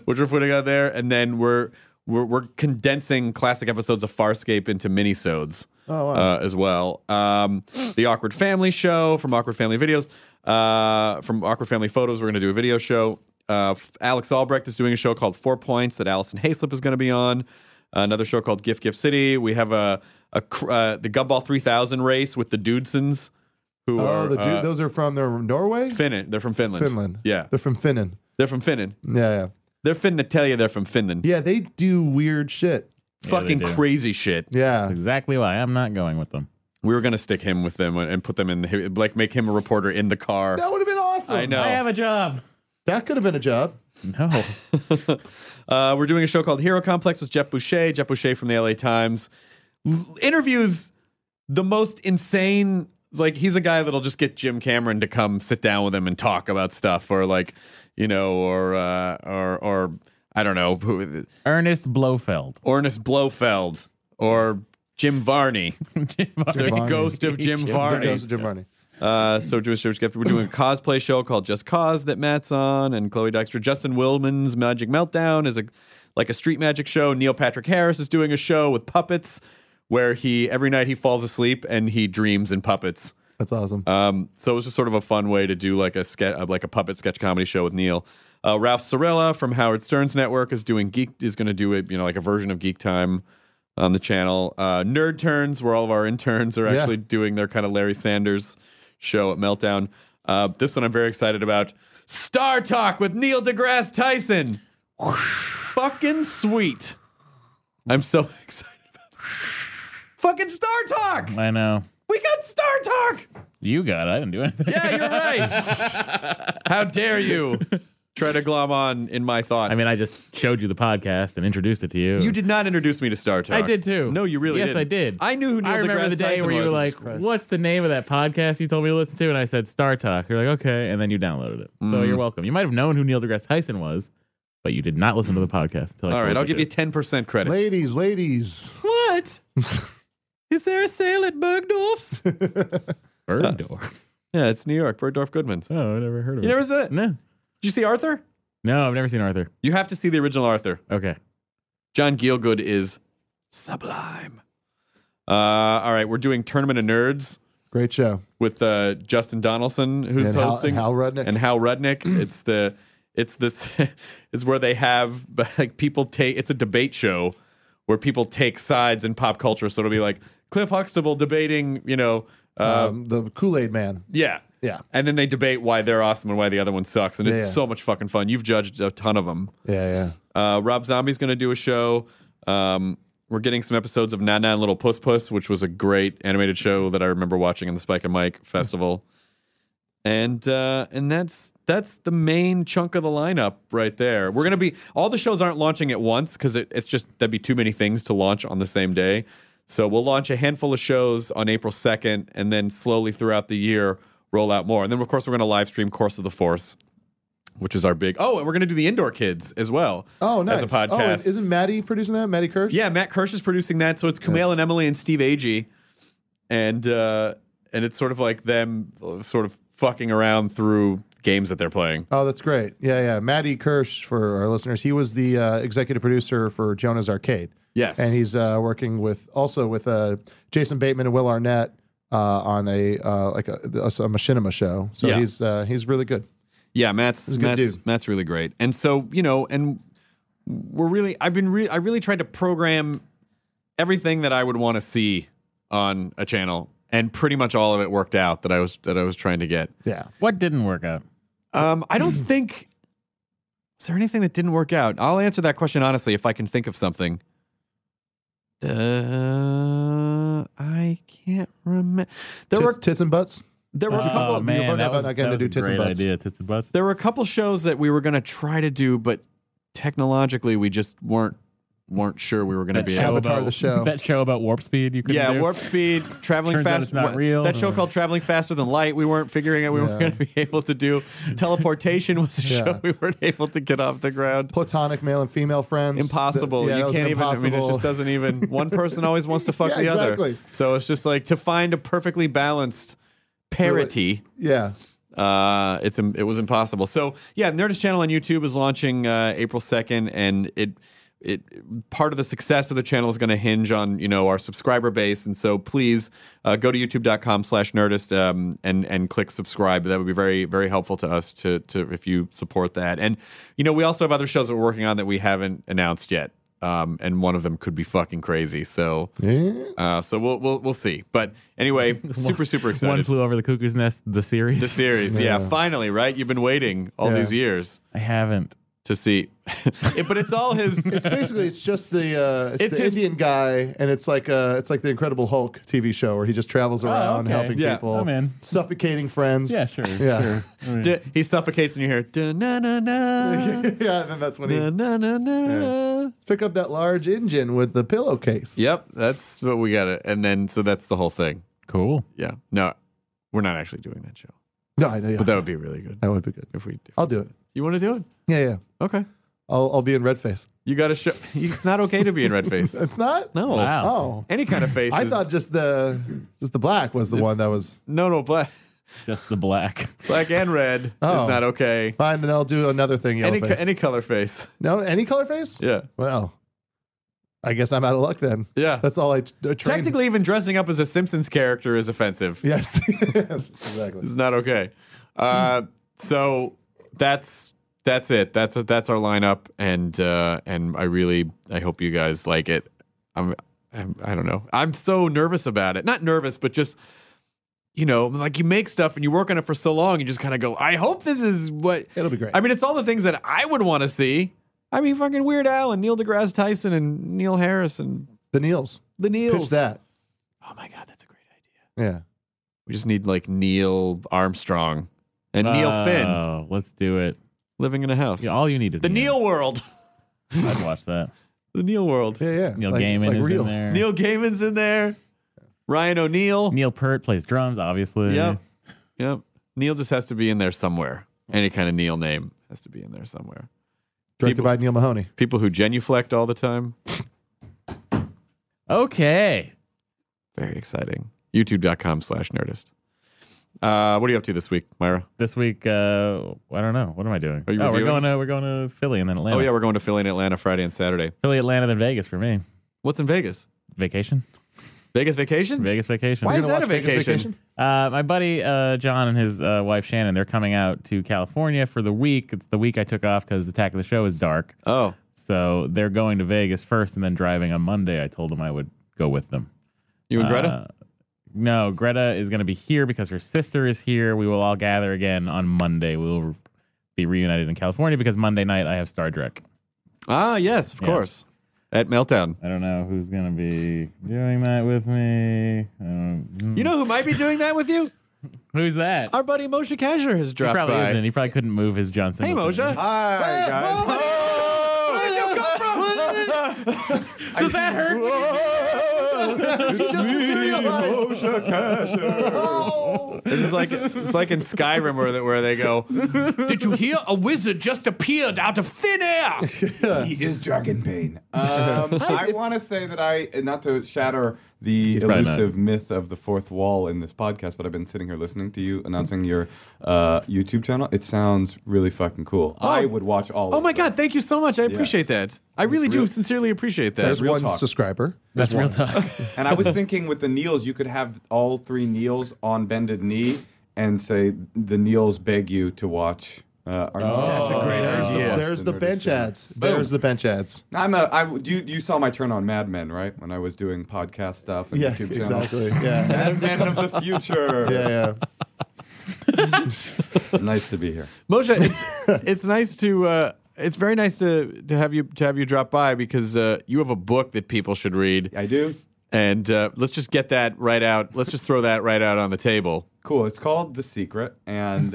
Speaker 1: which we're putting out there, and then we're we're, we're condensing classic episodes of Farscape into minisodes.
Speaker 4: Oh, wow.
Speaker 1: uh, as well. Um, the Awkward Family Show from Awkward Family Videos. Uh, from Awkward Family Photos, we're going to do a video show. Uh, F- Alex Albrecht is doing a show called Four Points that Allison Hayslip is going to be on. Uh, Another show called Gift Gift City. We have a, a cr- uh, the Gumball 3000 race with the Dudesons, who
Speaker 4: Oh,
Speaker 1: are
Speaker 4: the dude,
Speaker 1: uh,
Speaker 4: those are from their Norway,
Speaker 1: Finland. They're from Finland.
Speaker 4: Finland.
Speaker 1: Yeah,
Speaker 4: they're from Finland.
Speaker 1: they're from Finland.
Speaker 4: Yeah, yeah,
Speaker 1: They're finna tell you they're from Finland.
Speaker 4: yeah. They do weird shit.
Speaker 5: Yeah, they
Speaker 1: Fucking
Speaker 5: do.
Speaker 1: crazy shit.
Speaker 4: Yeah,
Speaker 5: That's exactly why I'm not going with them.
Speaker 1: We were gonna stick him with them and put them in the, like make him a reporter in the car.
Speaker 4: that would have been awesome.
Speaker 1: I know.
Speaker 5: I have a job.
Speaker 4: That could have been a job.
Speaker 5: No. *laughs*
Speaker 1: Uh, we're doing a show called Hero Complex with Jeff Boucher. Jeff Boucher from the LA Times L- interviews the most insane. Like he's a guy that'll just get Jim Cameron to come sit down with him and talk about stuff, or like you know, or uh, or or I don't know, who-
Speaker 5: Ernest Blofeld. *laughs*
Speaker 1: Ornest Blofeld or Jim *laughs* Varney, the
Speaker 4: Varney. *laughs*
Speaker 1: ghost of *laughs* Jim
Speaker 4: That
Speaker 1: Varney.
Speaker 4: goes to Jim Varney.
Speaker 1: Uh, so Jewish Church Cafe. We're doing a cosplay show called Just Cause that Matt's on, and Chloe Dykstra. Justin Willman's Magic Meltdown is a like a street magic show. Neil Patrick Harris is doing a show with puppets, where he every night he falls asleep and he dreams in puppets.
Speaker 4: That's awesome.
Speaker 1: Um, so it was just sort of a fun way to do like a sketch, uh, like a puppet sketch comedy show with Neil. Uh, Ralph Sorella from Howard Stern's network is doing Geek is going to do it, you know, like a version of Geek Time on the channel. Uh, Nerd Turns, where all of our interns are
Speaker 4: Yeah.
Speaker 1: actually doing their kind of Larry Sanders show at Meltdown. Uh, this one I'm very excited about. Star Talk with Neil deGrasse Tyson. Fucking sweet. I'm so *laughs* excited about *laughs* it. Fucking Star Talk.
Speaker 5: I know.
Speaker 1: We got Star Talk.
Speaker 5: You got it. I didn't do
Speaker 1: *laughs*
Speaker 5: anything.
Speaker 1: Yeah, you're right.
Speaker 5: *laughs*
Speaker 1: How dare you try to glom on in my thought?
Speaker 5: I mean, I just showed you the podcast and introduced it to you.
Speaker 1: you did not introduce me to Star Talk.
Speaker 5: I did too.
Speaker 1: No, you really
Speaker 5: Yes,
Speaker 1: didn't.
Speaker 5: I did.
Speaker 1: I knew who Neil
Speaker 5: I remember
Speaker 1: deGrasse
Speaker 5: the day
Speaker 1: Tyson
Speaker 5: where you were
Speaker 1: was.
Speaker 5: like, "What's the name of that podcast you told me to listen to?" And I said, "Star Talk." You're like, "Okay," and then you downloaded it.
Speaker 1: Mm.
Speaker 5: So you're welcome. You might have known who Neil deGrasse Tyson was, but you did not listen to the podcast until. I
Speaker 1: Mm. All
Speaker 5: told
Speaker 1: right, I'll
Speaker 5: you
Speaker 1: give you
Speaker 5: to.
Speaker 1: 10% credit.
Speaker 4: ladies, ladies.
Speaker 5: *laughs*
Speaker 1: What? Is there a sale at Bergdorf's? *laughs*
Speaker 5: Bergdorf.
Speaker 1: yeah, it's New York, Bergdorf Goodman's.
Speaker 5: *laughs* Oh, I never heard of
Speaker 1: You
Speaker 5: it.
Speaker 1: never said Did
Speaker 5: No,
Speaker 1: you see Arthur?
Speaker 5: no, I've never seen Arthur.
Speaker 1: You have to see the original Arthur.
Speaker 5: Okay,
Speaker 1: John Gielgud is sublime. Uh, all right, we're doing Tournament of Nerds
Speaker 4: Great show. with
Speaker 1: with uh, Justin Donaldson, who's
Speaker 4: and Hal-
Speaker 1: hosting.
Speaker 4: Hal, Rudnick.
Speaker 1: and
Speaker 4: *clears throat*
Speaker 1: Hal Rudnick. it's the it's *laughs* this is where they have *laughs* like people take it's a debate show where people take sides in pop culture. So it'll be like Cliff Huxtable debating, you know, uh,
Speaker 4: um, the Kool Aid Man.
Speaker 1: yeah,
Speaker 4: Yeah.
Speaker 1: and then they debate why they're awesome and why the other one sucks, and it's
Speaker 4: Yeah.
Speaker 1: so much fucking fun. You've judged a ton of them.
Speaker 4: Yeah, yeah.
Speaker 1: Uh, Rob Zombie's going to do a show. Um, we're getting some episodes of Nine Nine Little Puss Puss, which was a great animated show that I remember watching in the Spike and Mike Festival. And uh, and that's that's the main chunk of the lineup right there. We're gonna be all the shows aren't launching at once because it, it's just that'd be too many things to launch on the same day. So we'll launch a handful of shows on April second, and then slowly throughout the year roll out more. And then of course we're gonna live stream Course of the Force which is our big. Oh, and we're gonna do the indoor kids as well.
Speaker 3: Oh, nice.
Speaker 1: As a
Speaker 3: Oh, and
Speaker 1: podcast.
Speaker 3: isn't Maddie producing that? Maddie Kirsch?
Speaker 1: yeah, Matt Kirsch is producing that, so it's Kumail and Emily and Steve Agee, and uh, and it's sort of like them uh, sort of fucking around through games that they're playing.
Speaker 3: Oh, that's great. Yeah, yeah. Maddie Kirsch, for our listeners, he was the uh, executive producer for Jonah's Arcade.
Speaker 1: Yes.
Speaker 3: And he's uh, working with also with uh, Jason Bateman and Will Arnett uh, on a uh, like a, a, a machinima show. So
Speaker 1: Yeah.
Speaker 3: he's uh, he's really good.
Speaker 1: Yeah, Matt's
Speaker 3: a good
Speaker 1: Matt's,
Speaker 3: dude.
Speaker 1: Matt's really great. And so, you know, and we're really I've been re- I really tried to program everything that I would want to see on a channel and pretty much all of it worked out that I was that I was trying to get.
Speaker 3: Yeah.
Speaker 5: What didn't work out?
Speaker 1: Um I
Speaker 5: *clears throat*
Speaker 1: don't think is there anything that didn't work out? I'll answer that question honestly if I can think of something. Uh, I can't remember. There
Speaker 3: Tits,
Speaker 1: were
Speaker 3: tits and butts.
Speaker 1: there were a
Speaker 5: Oh,
Speaker 1: couple of
Speaker 5: man,
Speaker 3: brought
Speaker 5: that
Speaker 3: up
Speaker 5: was,
Speaker 3: about
Speaker 5: that
Speaker 3: getting to
Speaker 5: was
Speaker 3: do
Speaker 5: a
Speaker 3: tits and
Speaker 5: great
Speaker 3: butts.
Speaker 5: idea, tits and butts.
Speaker 1: there were a couple shows that we were going to try to do, but technologically we just weren't weren't sure we were going to be
Speaker 3: show
Speaker 1: able.
Speaker 3: Avatar
Speaker 5: about,
Speaker 3: the show.
Speaker 5: *laughs* That show about warp speed you could
Speaker 1: Yeah,
Speaker 5: do.
Speaker 1: warp speed, traveling
Speaker 5: Turns out
Speaker 1: fast.
Speaker 5: it's not
Speaker 1: wha-
Speaker 5: real.
Speaker 1: That show called Traveling Faster Than Light. We weren't figuring out we weren't
Speaker 3: Yeah.
Speaker 1: going to be able to do. Teleportation was a
Speaker 3: Yeah.
Speaker 1: show we weren't able to get off the ground.
Speaker 3: Platonic male and female friends.
Speaker 1: Impossible.
Speaker 3: Th- yeah, that
Speaker 1: you
Speaker 3: was
Speaker 1: can't even. I mean, it
Speaker 3: impossible.
Speaker 1: just doesn't
Speaker 3: *laughs*
Speaker 1: even. One person always wants to fuck
Speaker 3: Yeah,
Speaker 1: the other.
Speaker 3: exactly.
Speaker 1: So it's just like to find a perfectly balanced parity.
Speaker 3: Yeah.
Speaker 1: Uh, it's im- it was impossible. So yeah, Nerdist channel on YouTube is launching uh, April second, and it it part of the success of the channel is going to hinge on you know our subscriber base, and so please uh, go to YouTube.com/nerdist um, and and click subscribe. That would be very very helpful to us to to if you support that. And you know we also have other shows that we're working on that we haven't announced yet, um, and one of them could be fucking crazy. So.
Speaker 3: Yeah.
Speaker 1: Uh, so we'll we'll we'll see, but
Speaker 5: *laughs*
Speaker 1: anyway, super super
Speaker 5: *laughs*
Speaker 1: excited.
Speaker 5: One flew over the cuckoo's nest. The series.
Speaker 1: The series, yeah. Finally, right? You've been waiting all
Speaker 3: Yeah.
Speaker 1: these years
Speaker 5: I haven't.
Speaker 1: to see. *laughs* It- but it's all his.
Speaker 3: It's *laughs* basically it's just the uh, it's,
Speaker 1: It's
Speaker 3: the
Speaker 1: his-
Speaker 3: Indian guy, and it's like uh, it's like the Incredible Hulk TV show where he just travels around
Speaker 5: Oh, okay.
Speaker 3: helping
Speaker 1: Yeah,
Speaker 3: people,
Speaker 5: I'm in.
Speaker 3: suffocating friends.
Speaker 5: Yeah, sure.
Speaker 3: Oh. *laughs* yeah,
Speaker 1: d- he suffocates and you hear da na na na
Speaker 3: *laughs* yeah. And then that's when he
Speaker 1: na
Speaker 3: let
Speaker 1: na na na.
Speaker 3: pick up that large engine with the pillowcase.
Speaker 1: Yep, that's what we got. to And then so that's the whole thing.
Speaker 5: Cool.
Speaker 1: Yeah. No, we're not actually doing that show,
Speaker 3: No, I know. Yeah.
Speaker 1: but that would be really good
Speaker 3: that would be good.
Speaker 1: if we. If
Speaker 3: I'll do it.
Speaker 1: You want to do it?
Speaker 3: Yeah, yeah.
Speaker 1: Okay.
Speaker 3: I'll I'll be in red face.
Speaker 1: You got to show. *laughs* It's not okay to be in red face.
Speaker 3: *laughs* It's not.
Speaker 1: No.
Speaker 5: Wow.
Speaker 3: Oh,
Speaker 1: Any kind of face.
Speaker 3: I
Speaker 1: is-
Speaker 3: thought just the just the black was the one that was
Speaker 1: no, no black,
Speaker 5: Just the black.
Speaker 1: black and red
Speaker 3: Oh.
Speaker 1: is not okay.
Speaker 3: fine. Then I'll do another thing. Yellow
Speaker 1: Any co-
Speaker 3: face.
Speaker 1: any color face.
Speaker 3: no, any color face.
Speaker 1: Yeah.
Speaker 3: Well, I guess I'm out of luck then.
Speaker 1: Yeah.
Speaker 3: That's all I t- I trained.
Speaker 1: Technically, even dressing up as a Simpsons character is offensive.
Speaker 3: Yes. *laughs* yes. Exactly.
Speaker 1: It's not okay.
Speaker 3: Hmm.
Speaker 1: Uh, so that's that's it. That's that's our lineup, and uh, and I really I hope you guys like it. I'm, I'm I don't know. I'm so nervous about it. Not nervous, but just you know, like you make stuff and you work on it for so long, you just kind of go. I hope this is what
Speaker 3: It'll be great.
Speaker 1: I mean, it's all the things that I would want to see. I mean, fucking Weird Al and Neil deGrasse Tyson and Neil Harris and
Speaker 3: the Neils.
Speaker 1: the Neils.
Speaker 3: Pitch that.
Speaker 1: Oh my god, that's a great idea.
Speaker 3: Yeah.
Speaker 1: We just need like Neil Armstrong and Neil Finn
Speaker 5: Oh, let's do it.
Speaker 1: living in a house.
Speaker 5: Yeah, all you need is
Speaker 1: the Neil world. *laughs*
Speaker 5: I'd watch that.
Speaker 1: the Neil world.
Speaker 3: Yeah, yeah.
Speaker 5: Neil
Speaker 3: Like-
Speaker 5: Gaiman
Speaker 3: like
Speaker 5: is
Speaker 3: real.
Speaker 5: in there.
Speaker 1: Neil Gaiman's in there. Ryan O'Neill.
Speaker 5: Neil Peart plays drums, obviously.
Speaker 1: Yep. Yep. Neil just has to be in there somewhere. Any kind of Neil name has to be in there somewhere.
Speaker 3: Directed
Speaker 1: People-
Speaker 3: by Neil Mahoney.
Speaker 1: People who genuflect all the time.
Speaker 5: Okay.
Speaker 1: Very exciting. YouTube.com slash nerdist. Uh, what are you up to this week, Myra?
Speaker 5: This week, uh, I don't know. What am I doing?
Speaker 1: Are you
Speaker 5: oh, we're
Speaker 1: reviewing?
Speaker 5: going to we're going to Philly and then Atlanta.
Speaker 1: Oh, yeah, we're going to Philly and Atlanta Friday and Saturday.
Speaker 5: Philly, Atlanta, then Vegas for me.
Speaker 1: What's in Vegas?
Speaker 5: Vacation.
Speaker 1: Vegas vacation?
Speaker 5: Vegas vacation.
Speaker 1: Why
Speaker 3: You're
Speaker 1: is
Speaker 3: gonna
Speaker 1: that a
Speaker 3: watch Vegas
Speaker 1: vacation?
Speaker 5: Uh, my buddy uh, John and his uh, wife Shannon, they're coming out to California for the week. It's the week I took off because Attack of the Show is dark.
Speaker 1: Oh,
Speaker 5: So they're going to Vegas first and then driving on Monday. I told them I would go with them.
Speaker 1: you and Greta?
Speaker 5: Uh, no, Greta is going to be here because her sister is here. We will all gather again on Monday. We will be reunited in California because Monday night I have Star Trek.
Speaker 1: Ah, yes, of
Speaker 5: Yeah.
Speaker 1: course. At Meltdown.
Speaker 5: I don't know who's going to be doing that with me. I don't-
Speaker 1: You know who might be doing that with you?
Speaker 5: who's that?
Speaker 1: Our buddy Moshe Kasher has
Speaker 5: He
Speaker 1: dropped
Speaker 5: probably
Speaker 1: by.
Speaker 5: isn't. He probably couldn't move his Johnson.
Speaker 1: Hey, Moshe.
Speaker 6: Hi, guys.
Speaker 1: *laughs* Whoa! Where did you come from?
Speaker 5: Does that hurt?
Speaker 4: just realized. Oh.
Speaker 1: This is like it's like in Skyrim where they, where they go, "Did you hear? A wizard just appeared out of thin air."
Speaker 3: He is Dragon Pain. Um, I want to say that I, not to shatter the
Speaker 5: probably not.
Speaker 3: elusive myth of the fourth wall in this podcast, but I've been sitting here listening to you announcing your uh, YouTube channel. It sounds really fuccking cool. I would watch all.
Speaker 1: *laughs* Oh
Speaker 3: of
Speaker 1: my
Speaker 3: it.
Speaker 1: god! Thank you so much. I appreciate that. I really do
Speaker 3: real.
Speaker 1: sincerely appreciate that.
Speaker 4: There's
Speaker 3: real
Speaker 4: one
Speaker 3: talk.
Speaker 4: subscriber.
Speaker 5: That's real talk.
Speaker 3: And I was thinking with the Neils, you could have all three Neils on bended knee and say the Neils beg you to watch. Uh, our
Speaker 1: That's a great
Speaker 4: There's the,
Speaker 1: idea.
Speaker 4: Oh, there's the bench
Speaker 3: ads.
Speaker 4: ads. There's the bench ads.
Speaker 3: I'm a, I, you, you saw my turn on Mad Men, right? When I was doing podcast stuff and
Speaker 4: Yeah,
Speaker 3: YouTube channels. *laughs*
Speaker 4: exactly. Yeah.
Speaker 3: Mad Men of the future.
Speaker 4: Yeah, yeah.
Speaker 3: *laughs* Nice to be here.
Speaker 1: Moshe, *laughs* it's it's nice to uh, it's very nice to to have you to have you drop by because uh, you have a book that people should read,
Speaker 3: I do.
Speaker 1: and uh, let's just get that right out. Let's just throw that right out on the table.
Speaker 3: Cool. It's called The Secret. And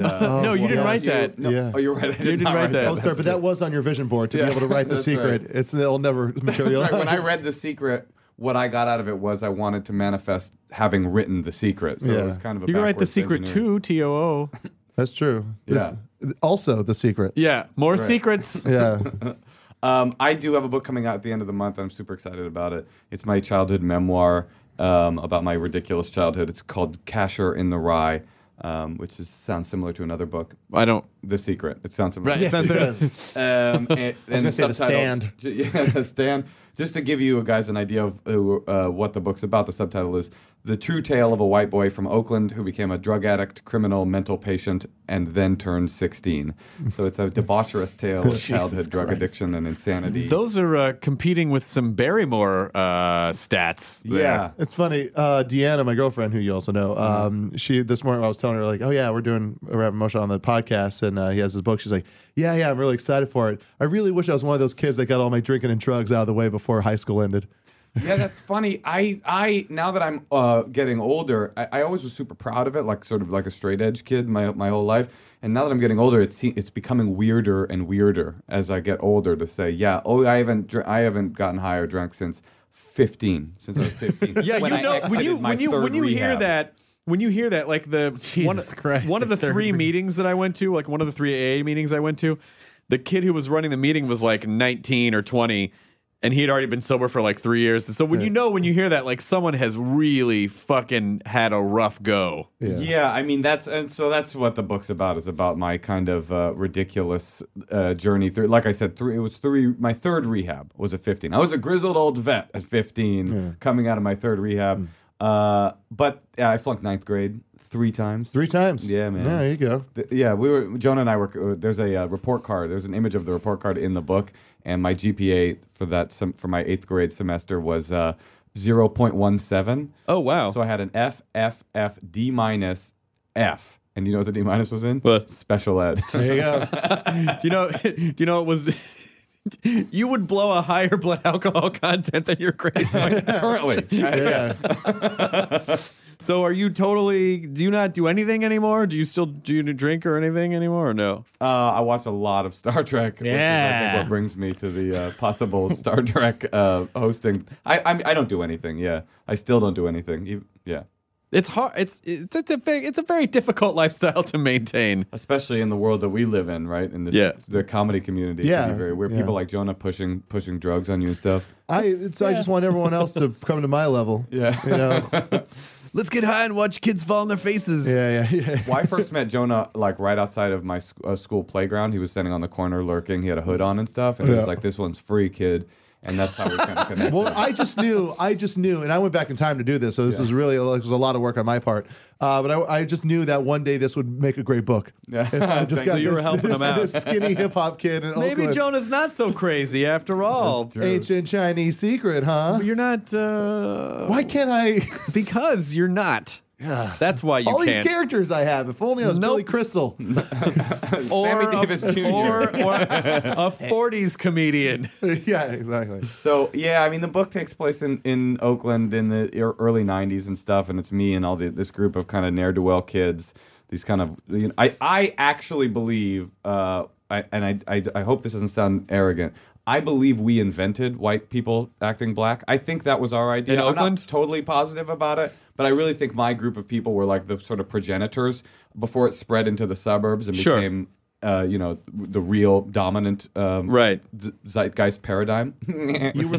Speaker 1: *laughs*
Speaker 3: uh,
Speaker 1: No, you
Speaker 3: what
Speaker 1: didn't
Speaker 3: else?
Speaker 1: write that.
Speaker 3: No.
Speaker 4: Yeah.
Speaker 3: Oh, you're right. I did
Speaker 1: Oh, You didn't
Speaker 3: not
Speaker 1: write that.
Speaker 4: Oh, sorry, but that was on your vision board to
Speaker 3: Yeah,
Speaker 4: be able to write the
Speaker 3: that's right.
Speaker 4: secret. It's it'll never materialize.
Speaker 3: *laughs* That's right. When I read The Secret, what I got out of it was I wanted to manifest having written The Secret. So
Speaker 4: Yeah.
Speaker 3: it was kind of a
Speaker 1: You can write the
Speaker 3: backwards
Speaker 1: secret
Speaker 3: engineering.
Speaker 1: too, T O O.
Speaker 4: That's true.
Speaker 3: Yeah.
Speaker 4: This- also, the secret.
Speaker 1: Yeah, more secrets.
Speaker 4: Yeah.
Speaker 3: *laughs* Um, I do have a book coming out at the end of the month. I'm super excited about it. It's my childhood memoir um, about my ridiculous childhood. It's called Casher in the Rye, um, which is, sounds similar to another book,
Speaker 1: I don't.
Speaker 3: The Secret. It sounds similar.
Speaker 1: Right.
Speaker 3: to The
Speaker 1: Sounds-
Speaker 3: *laughs* um, and, and
Speaker 4: gonna say The
Speaker 3: subtitled-
Speaker 4: Stand.
Speaker 3: J- *laughs* yeah, the stand. Just to give you guys an idea of who, uh, what the book's about, the subtitle is "The True Tale of a White Boy from Oakland Who Became a Drug Addict, Criminal, Mental Patient, and Then Turned 16." So it's a
Speaker 4: *laughs*
Speaker 3: debaucherous tale of childhood drug addiction and insanity.
Speaker 1: Those are uh, competing with some Barrymore uh, stats. there.
Speaker 3: yeah.
Speaker 4: It's funny. Uh, Deanna, my girlfriend, who you also know, um, she this morning I was telling her like, "Oh yeah, we're doing a rap promotion on the podcast, and uh, he has his book." She's like, "Yeah, yeah, I'm really excited for it. I really wish I was one of those kids that got all my drinking and drugs out of the way before high school ended."
Speaker 3: yeah, that's funny. I I now that I'm uh, getting older, I, I always was super proud of it, like sort of like a straight edge kid my my whole life. And now that I'm getting older, it's it's becoming weirder and weirder as I get older to say, yeah, oh, I haven't dr- I haven't gotten high or drunk since 15, since I was
Speaker 1: *laughs*
Speaker 3: 15.
Speaker 1: Yeah,
Speaker 3: *laughs* when
Speaker 1: you
Speaker 3: I
Speaker 1: know when
Speaker 3: exited
Speaker 1: you
Speaker 3: my
Speaker 1: when you
Speaker 3: third
Speaker 1: when you hear
Speaker 3: rehab.
Speaker 1: that when you hear that like the one,
Speaker 5: Jesus Christ,
Speaker 1: one of
Speaker 5: a
Speaker 1: the
Speaker 5: third
Speaker 1: three
Speaker 5: rehab.
Speaker 1: meetings that I went to like one of the three AA meetings I went to, the kid who was running the meeting was like nineteen or twenty, and he had already been sober for like three years. And so when you know when you hear that like someone has really fucking had a rough go.
Speaker 3: Yeah. I mean that's and so that's what the book's about is about my kind of uh, ridiculous uh, journey through. Like I said, three it was three. My third rehab was at 15. I was a grizzled old vet at 15, coming out of my third
Speaker 4: Mm.
Speaker 3: rehab. Uh, but yeah, I flunked ninth grade three times.
Speaker 4: Three times.
Speaker 3: Yeah, man.
Speaker 4: Yeah, there you go.
Speaker 3: Th- yeah, we were Jonah and I were. uh, There's a uh, report card. There's an image of the report card in the book, and my GPA for that sem- for my eighth grade semester was uh, 0.17.
Speaker 1: Oh, wow.
Speaker 3: So I had an F, F, F, D minus, F, and you know what the D minus was in?
Speaker 1: What?
Speaker 3: Special ed.
Speaker 4: *laughs* There you go.
Speaker 1: *laughs* you know, *laughs* do you know it was. *laughs* You would blow a higher blood alcohol content than your
Speaker 3: *laughs*
Speaker 1: grade point. *laughs*
Speaker 3: Currently,
Speaker 4: Yeah.
Speaker 1: So are you totally? Do you not do anything anymore? Do you still do you drink or anything anymore? Or no.
Speaker 3: uh, I watch a lot of Star Trek, which is I
Speaker 5: Yeah.
Speaker 3: think what brings me to the uh, possible *laughs* Star Trek uh, hosting. I, I mean, I don't do anything. Yeah, I still don't do anything. You- Yeah.
Speaker 1: It's hard. It's it's it's a very, it's a very difficult *laughs* lifestyle to maintain.
Speaker 3: especially in the world that we live in, right? In this,
Speaker 1: Yeah.
Speaker 3: the comedy community, it can
Speaker 4: Yeah,
Speaker 3: be very weird.
Speaker 4: yeah.
Speaker 3: People like Jonah pushing pushing drugs on you and stuff.
Speaker 4: I so I just want everyone else to
Speaker 3: *laughs*
Speaker 4: come to my level.
Speaker 3: Yeah.
Speaker 4: You know.
Speaker 1: Let's get high and watch kids fall on their faces.
Speaker 4: Yeah, yeah, yeah.
Speaker 3: Well, I first met Jonah like right outside of my sc- uh, school playground. He was standing on the corner lurking. He had a hood on and stuff, and he was
Speaker 4: Yeah.
Speaker 3: like, "This one's free, kid," and that's how we
Speaker 4: *laughs*
Speaker 3: kind of connected.
Speaker 4: Well, I just knew, I just knew, and I went back in time to do this. So this was really like, it was a lot of work on my part. Uh, but I, I just knew that one day this would make a great book.
Speaker 3: Yeah.
Speaker 4: If I just
Speaker 3: *laughs* Thanks.
Speaker 1: So you were helping
Speaker 4: this,
Speaker 1: him out.
Speaker 4: This skinny hip hop kid in
Speaker 1: Maybe
Speaker 4: Oakland.
Speaker 1: Jonah's not so crazy after all.
Speaker 4: Ancient Chinese secret, huh?
Speaker 1: You're not. Uh,
Speaker 4: Why can't I?
Speaker 1: Because you're not.
Speaker 4: Yeah.
Speaker 1: That's why you
Speaker 4: All these
Speaker 1: can't.
Speaker 4: characters I have. If only I was
Speaker 1: Nope.
Speaker 4: Billy
Speaker 3: *laughs*
Speaker 4: Crystal.
Speaker 1: or,
Speaker 3: Sammy Davis
Speaker 1: a,
Speaker 3: Jr.
Speaker 1: or, or a 40s comedian.
Speaker 4: yeah, exactly.
Speaker 3: So yeah, I mean the book takes place in, in Oakland in the ear- early '90s and stuff, and it's me and all the, this group of kind of ne'er do well kids. These kind of you know, I I actually believe, uh, I, and I, I I hope this doesn't sound arrogant. I believe we invented white people acting black. I think that was our idea.
Speaker 7: In
Speaker 3: I'm not
Speaker 7: Oakland?
Speaker 3: totally positive about it, but I really think my group of people were like the sort of progenitors before it spread into the suburbs and
Speaker 7: Sure.
Speaker 3: became, uh, you know, the real dominant um,
Speaker 7: Right.
Speaker 3: z- zeitgeist paradigm. *laughs*
Speaker 4: You were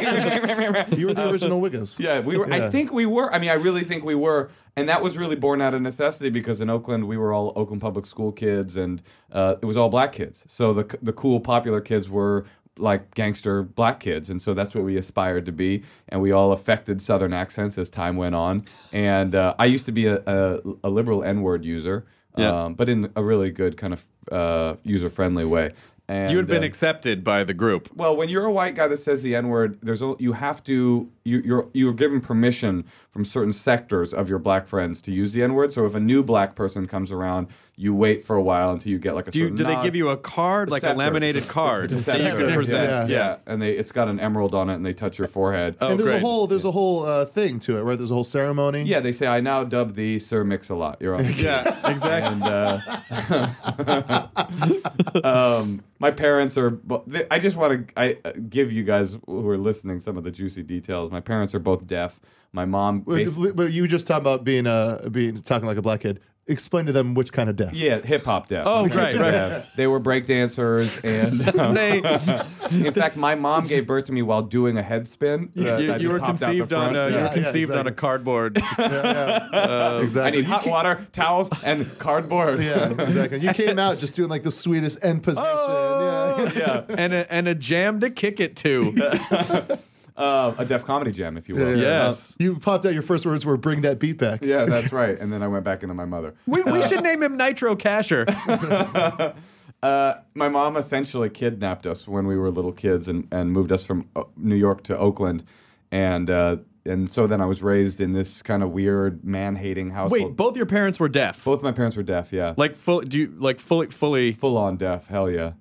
Speaker 4: the, you, you were the original Wiggins.
Speaker 3: Yeah, we were. I
Speaker 4: Yeah.
Speaker 3: think we were. I mean, I really think we were, and that was really born out of necessity because in Oakland we were all Oakland public school kids, and uh, it was all black kids. So the the cool popular kids were like gangster black kids, and so that's what we aspired to be. And we all affected Southern accents as time went on. And uh, I used to be a a, a liberal N word user,
Speaker 1: Yeah.
Speaker 3: um, but in a really good kind of uh, user friendly way. And,
Speaker 1: you had been
Speaker 3: uh,
Speaker 1: accepted by the group.
Speaker 3: well, when you're a white guy that says the N word, there's a, you have to you, you're you're given permission from certain sectors of your black friends to use the N word. So if a new black person comes around, you wait for a while until you get like a.
Speaker 1: Do you,
Speaker 3: certain
Speaker 1: do they
Speaker 3: nod.
Speaker 1: give you a card, like a
Speaker 3: Scepter.
Speaker 1: laminated card
Speaker 3: It's a
Speaker 1: that you
Speaker 3: scepter.
Speaker 1: can present?
Speaker 3: Yeah. and they it's got an emerald on it, and they touch your forehead.
Speaker 1: Oh,
Speaker 4: and there's
Speaker 1: great.
Speaker 4: a whole there's a whole uh, thing to it, right? There's a whole ceremony.
Speaker 3: Yeah, they say I now dub thee Sir Mix a Lot.
Speaker 1: *laughs*
Speaker 3: You're on.
Speaker 1: Yeah, exactly.
Speaker 3: and uh, *laughs* um, my parents are. bo- they- I just want to I uh, give you guys who are listening some of the juicy details. My parents are both deaf. My mom,
Speaker 4: Wait,
Speaker 3: basi-
Speaker 4: But you were just talking about being uh being talking like a black kid. Explain to them which kind of deaf.
Speaker 3: yeah, hip hop deaf.
Speaker 1: Oh,
Speaker 3: My parents
Speaker 1: right,
Speaker 3: are
Speaker 1: right.
Speaker 3: deaf. They were
Speaker 1: *laughs*
Speaker 3: breakdancers, and um, *laughs*
Speaker 1: They-
Speaker 3: in fact, my mom gave birth to me while doing a head spin.
Speaker 1: *laughs*
Speaker 3: that
Speaker 1: you,
Speaker 3: I
Speaker 1: you
Speaker 3: just
Speaker 1: were
Speaker 3: popped out the
Speaker 1: conceived on uh,
Speaker 3: front.
Speaker 1: a, you
Speaker 4: Yeah,
Speaker 1: were
Speaker 4: yeah,
Speaker 1: conceived on a
Speaker 4: exactly.
Speaker 1: cardboard.
Speaker 4: Yeah, yeah.
Speaker 3: I
Speaker 4: exactly.
Speaker 3: need hot water, towels, and cardboard.
Speaker 4: yeah, exactly. You came out just doing like the sweetest end position.
Speaker 1: Oh,
Speaker 4: yeah.
Speaker 3: *laughs* yeah.
Speaker 1: and a, and a jam to kick it to.
Speaker 3: *laughs* Uh, a deaf comedy jam, if you will. Uh,
Speaker 1: yes.
Speaker 4: *laughs* You popped out. Your first words were "Bring that beat back."
Speaker 3: *laughs* Yeah, that's right. And then I went back into my mother.
Speaker 1: We, we should name him Nitro Casher.
Speaker 3: Uh, my mom essentially kidnapped us when we were little kids and, and moved us from uh, New York to Oakland. And uh, and so then I was raised in this kind of weird man hating household.
Speaker 1: Wait, both your parents were deaf.
Speaker 3: both my parents were deaf, yeah.
Speaker 1: Like full do you like fully fully
Speaker 3: full on deaf, hell yeah.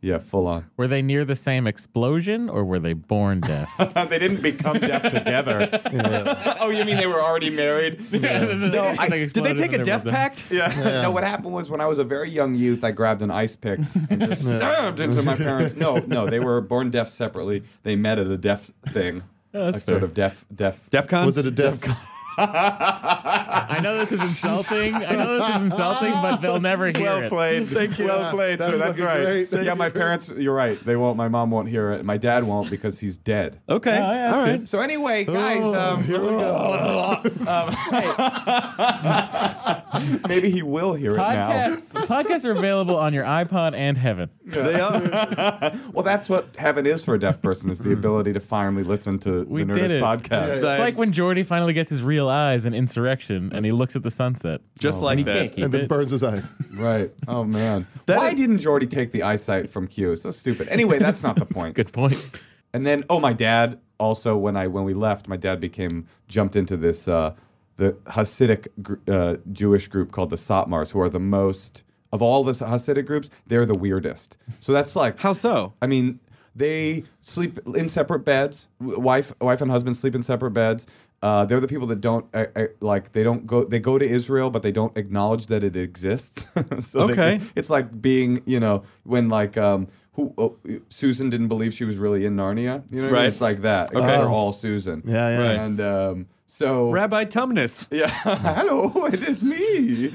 Speaker 3: Yeah, full on.
Speaker 5: Were they near the same explosion or were they born deaf?
Speaker 3: *laughs* they didn't become deaf *laughs* together. oh, you mean they were already
Speaker 5: *laughs*
Speaker 3: married?
Speaker 5: no,
Speaker 3: *laughs*
Speaker 1: Did they take a deaf pact?
Speaker 3: Yeah. No, what happened was when I was a very young youth, I grabbed an ice pick and just stabbed into my parents. No, no, they were born deaf separately. They met at a deaf thing. a sort of deaf, deaf.
Speaker 1: DEF CON?
Speaker 4: Was it a deaf?
Speaker 5: I know this is insulting. I know this is insulting, but they'll never hear
Speaker 3: Well
Speaker 5: it.
Speaker 3: played. Thank you. Well played.
Speaker 4: That
Speaker 3: So
Speaker 4: was
Speaker 3: that's
Speaker 4: fucking
Speaker 3: right.
Speaker 4: great.
Speaker 3: yeah, my parents. You're right. They won't. My mom won't hear it. My dad won't because he's dead.
Speaker 1: Okay.
Speaker 5: Oh, yeah,
Speaker 1: All right.
Speaker 3: So anyway, guys, um, *laughs* um, hey. *laughs* maybe he will hear it
Speaker 5: Podcasts, podcasts are available on your iPod and Heaven.
Speaker 1: They are.
Speaker 3: *laughs* now. Well, that's what heaven is for a deaf person: is the ability to finally listen to
Speaker 5: We
Speaker 3: the
Speaker 5: did
Speaker 3: Nerdist
Speaker 5: it.
Speaker 3: podcast.
Speaker 5: It's like when Jordy finally gets his real eyes in Insurrection and he looks at the sunset.
Speaker 1: Just like
Speaker 5: and he
Speaker 1: that.
Speaker 5: can't keep
Speaker 4: And then
Speaker 5: it.
Speaker 4: burns his eyes.
Speaker 3: Right. Oh man.
Speaker 1: That
Speaker 3: Why
Speaker 1: is-
Speaker 3: didn't Jordy take the eyesight from Q? So stupid. Anyway, that's not the point.
Speaker 5: Good point.
Speaker 3: And then, oh, my dad also when I when we left, my dad became jumped into this uh, the Hasidic gr- uh, Jewish group called the Satmars, who are the most of all the Hasidic groups. They're the weirdest. So that's like
Speaker 1: How so?
Speaker 3: I mean, they sleep in separate beds. W- Wife, wife and husband sleep in separate beds. Uh, they're the people that don't uh, uh, like. They don't go. They go to Israel, but they don't acknowledge that it exists. *laughs* so they
Speaker 1: Okay.
Speaker 3: can- it's like being, you know, when like um, who oh, Susan didn't believe she was really in Narnia. You know, what I mean?
Speaker 1: Right.
Speaker 3: It's like that. Okay,
Speaker 1: Okay.
Speaker 3: they're all Susan.
Speaker 4: Yeah, yeah.
Speaker 1: Right.
Speaker 3: And um, so
Speaker 1: Rabbi *laughs* Tumnus.
Speaker 3: yeah. *laughs* Hello, it is me.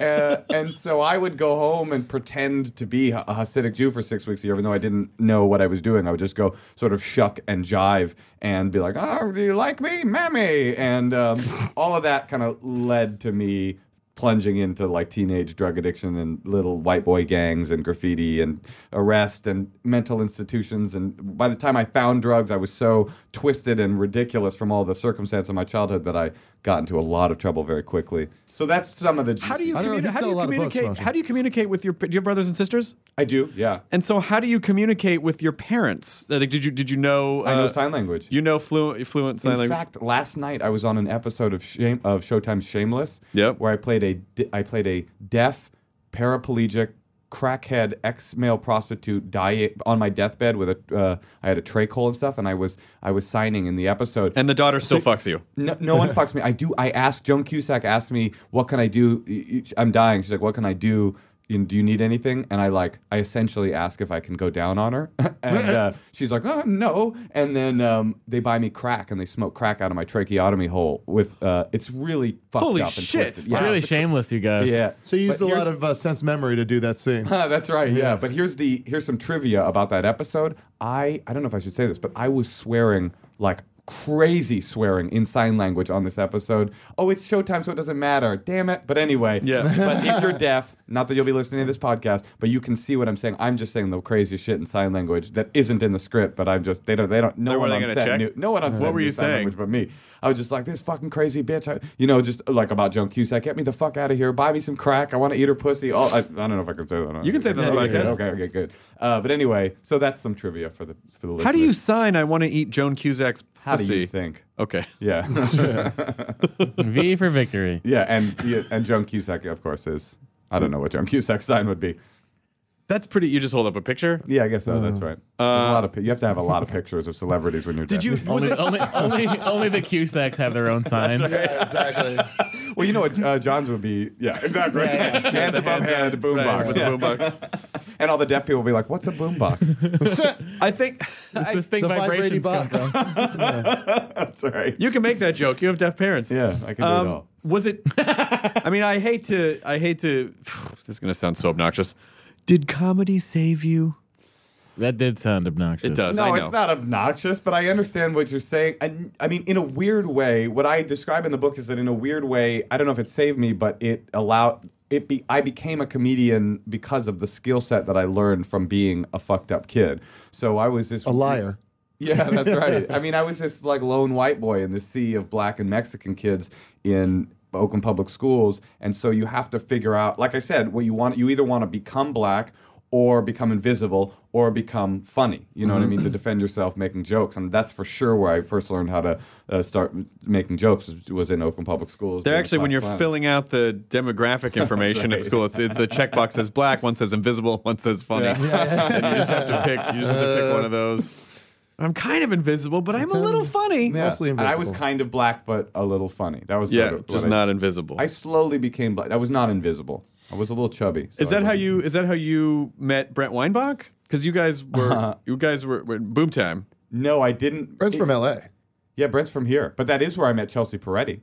Speaker 3: uh, and so I would go home and pretend to be a Hasidic Jew for six weeks a year, even though I didn't know what I was doing. I would just go sort of shuck and jive and be like, oh, do you like me, mammy? And um, all of that kind of led to me plunging into like teenage drug addiction and little white boy gangs and graffiti and arrest and mental institutions and by the time I found drugs I was so twisted and ridiculous from all the circumstance of my childhood that I got into a lot of trouble very quickly. So that's some of the
Speaker 1: How do you
Speaker 4: I don't know,
Speaker 1: communi-
Speaker 4: he
Speaker 1: how do
Speaker 4: sell a
Speaker 1: you
Speaker 4: lot of books,
Speaker 1: communicate?
Speaker 4: Marshall.
Speaker 1: how do you communicate with your do you have brothers and sisters?
Speaker 3: I do, yeah.
Speaker 1: And so how do you communicate with your parents? Uh, Like did you did you know
Speaker 3: I know
Speaker 1: uh,
Speaker 3: sign language.
Speaker 1: You know fluent fluent sign
Speaker 3: In
Speaker 1: language.
Speaker 3: fact, last night I was on an episode of Shame of Showtime's Shameless,
Speaker 1: Yep.
Speaker 3: where I played a di- I played a deaf paraplegic crackhead ex male prostitute die on my deathbed with a uh, I had a trachea and stuff, and I was I was signing in the episode.
Speaker 1: and the daughter still fucks you.
Speaker 3: no, no one fucks me. I do. I asked Joan Cusack asked me, "What can I do? I'm dying." She's like, "What can I do you know, do you need anything? And I like, I essentially ask if I can go down on her, *laughs* and
Speaker 4: *laughs*
Speaker 3: uh, she's like, oh no. And then um, they buy me crack, and they smoke crack out of my tracheotomy hole. With uh, it's really fucked
Speaker 1: Holy
Speaker 3: up.
Speaker 1: shit.
Speaker 3: And twisted.
Speaker 5: It's really shameless, you guys.
Speaker 3: yeah.
Speaker 4: So you used
Speaker 3: But
Speaker 4: a lot
Speaker 3: here's-
Speaker 4: of uh, sense memory to do that
Speaker 3: *laughs*
Speaker 4: scene.
Speaker 3: Ah, that's right. Yeah. But here's the here's some trivia about that episode. I I don't know if I should say this, but I was swearing like crazy swearing in sign language on this episode. Oh, it's showtime, so it doesn't matter. Damn it. But anyway.
Speaker 1: Yeah. *laughs*
Speaker 3: but if you're deaf, not that you'll be listening to this podcast, but you can see what I'm saying. I'm just saying the craziest shit in sign language that isn't in the script. But I'm just they don't they don't no
Speaker 1: Then were
Speaker 3: one
Speaker 1: they
Speaker 3: on
Speaker 1: gonna
Speaker 3: set
Speaker 1: check?
Speaker 3: knew no one on
Speaker 1: What
Speaker 3: set
Speaker 1: were
Speaker 3: knew
Speaker 1: you
Speaker 3: sign
Speaker 1: saying?
Speaker 3: language but me. I was just like, this fucking crazy bitch. I, you know, just like about Joan Cusack. Get me the fuck out of here. Buy me some crack. I want to eat her pussy. Oh, I, I don't know if I can say that. or not.
Speaker 1: You can say that on the
Speaker 3: Okay,
Speaker 1: podcast.
Speaker 3: Okay, okay, good. Uh, but anyway, so that's some trivia for the for the listeners.
Speaker 1: How do you sign? I want to eat Joan Cusack's pussy.
Speaker 3: How do you think?
Speaker 1: Okay.
Speaker 3: *laughs* Yeah,
Speaker 5: V for victory.
Speaker 3: yeah, and yeah, and Joan Cusack, of course, is. I don't know what Joan Cusack's sign would be.
Speaker 1: *laughs* That's pretty. You just hold up a picture.
Speaker 3: Yeah, I guess so. That's right. There's a lot of pi- you have to have a *laughs* lot of pictures of celebrities when you're.
Speaker 1: Did
Speaker 3: dead.
Speaker 1: you? Was
Speaker 5: Only,
Speaker 1: it,
Speaker 5: only, only, only the Cusacks have their own signs.
Speaker 1: *laughs*
Speaker 4: exactly.
Speaker 3: *laughs* Well, you know what uh, John's would be. Yeah, exactly. *laughs* Hands above head, boombox,
Speaker 1: With
Speaker 3: Yeah.
Speaker 1: the boombox.
Speaker 3: *laughs* and all the deaf people will be like, "What's a boombox?"
Speaker 1: *laughs*
Speaker 3: *laughs*
Speaker 1: I think
Speaker 5: It's this thing
Speaker 4: The
Speaker 5: vibrations
Speaker 4: vibrating
Speaker 5: come
Speaker 4: box.
Speaker 5: from.
Speaker 3: that's right.
Speaker 1: you can make that joke. You have deaf parents.
Speaker 3: Yeah, I can do it
Speaker 1: Um,
Speaker 3: all.
Speaker 1: was *laughs* it? I mean, I hate to. I hate to. *sighs* This is gonna sound so obnoxious. Did comedy save you?
Speaker 5: That did sound obnoxious.
Speaker 1: It does.
Speaker 3: No,
Speaker 1: I know.
Speaker 3: it's not obnoxious, but I understand what you're saying. And I mean, in a weird way, what I describe in the book is that in a weird way, I don't know if it saved me, but it allowed it be I became a comedian because of the skill set that I learned from being a fucked up kid. So I was this
Speaker 4: A liar.
Speaker 3: Yeah, that's right. I mean,
Speaker 1: *laughs*
Speaker 3: I was this like lone white boy in the sea of black and Mexican kids in Oakland public schools, and so you have to figure out, like I said, what you want. You either want to become black or become invisible or become funny. You know what I
Speaker 1: Mm-hmm.
Speaker 3: mean? To defend yourself, making jokes, and that's for sure where I first learned how to uh, start making jokes was, was in Oakland public schools.
Speaker 1: They're
Speaker 3: being a
Speaker 1: actually when
Speaker 3: class
Speaker 1: you're
Speaker 3: clown.
Speaker 1: filling out the
Speaker 3: *laughs*
Speaker 1: demographic information at school. It's it, the checkbox says black, one says invisible, one says funny, *laughs* and you just have to pick. You just have to pick one of those. I'm kind of invisible, but I'm a little funny.
Speaker 3: Yeah.
Speaker 4: Mostly
Speaker 3: And I was
Speaker 4: invisible.
Speaker 3: kind of black, but a little funny. That was
Speaker 1: Yeah,
Speaker 3: sort of what
Speaker 1: just
Speaker 3: I-
Speaker 1: not invisible.
Speaker 3: I slowly became black. I was not invisible. I was a little chubby. so
Speaker 1: Is
Speaker 3: I
Speaker 1: that how
Speaker 3: wasn't-
Speaker 1: you? Is that how you met Brent Weinbach? Because you guys were
Speaker 3: Uh-huh.
Speaker 1: you guys were, were boom time.
Speaker 3: No, I didn't.
Speaker 4: Brent's from LA.
Speaker 3: Oh. Yeah, Brent's from here, but that is where I met Chelsea Peretti.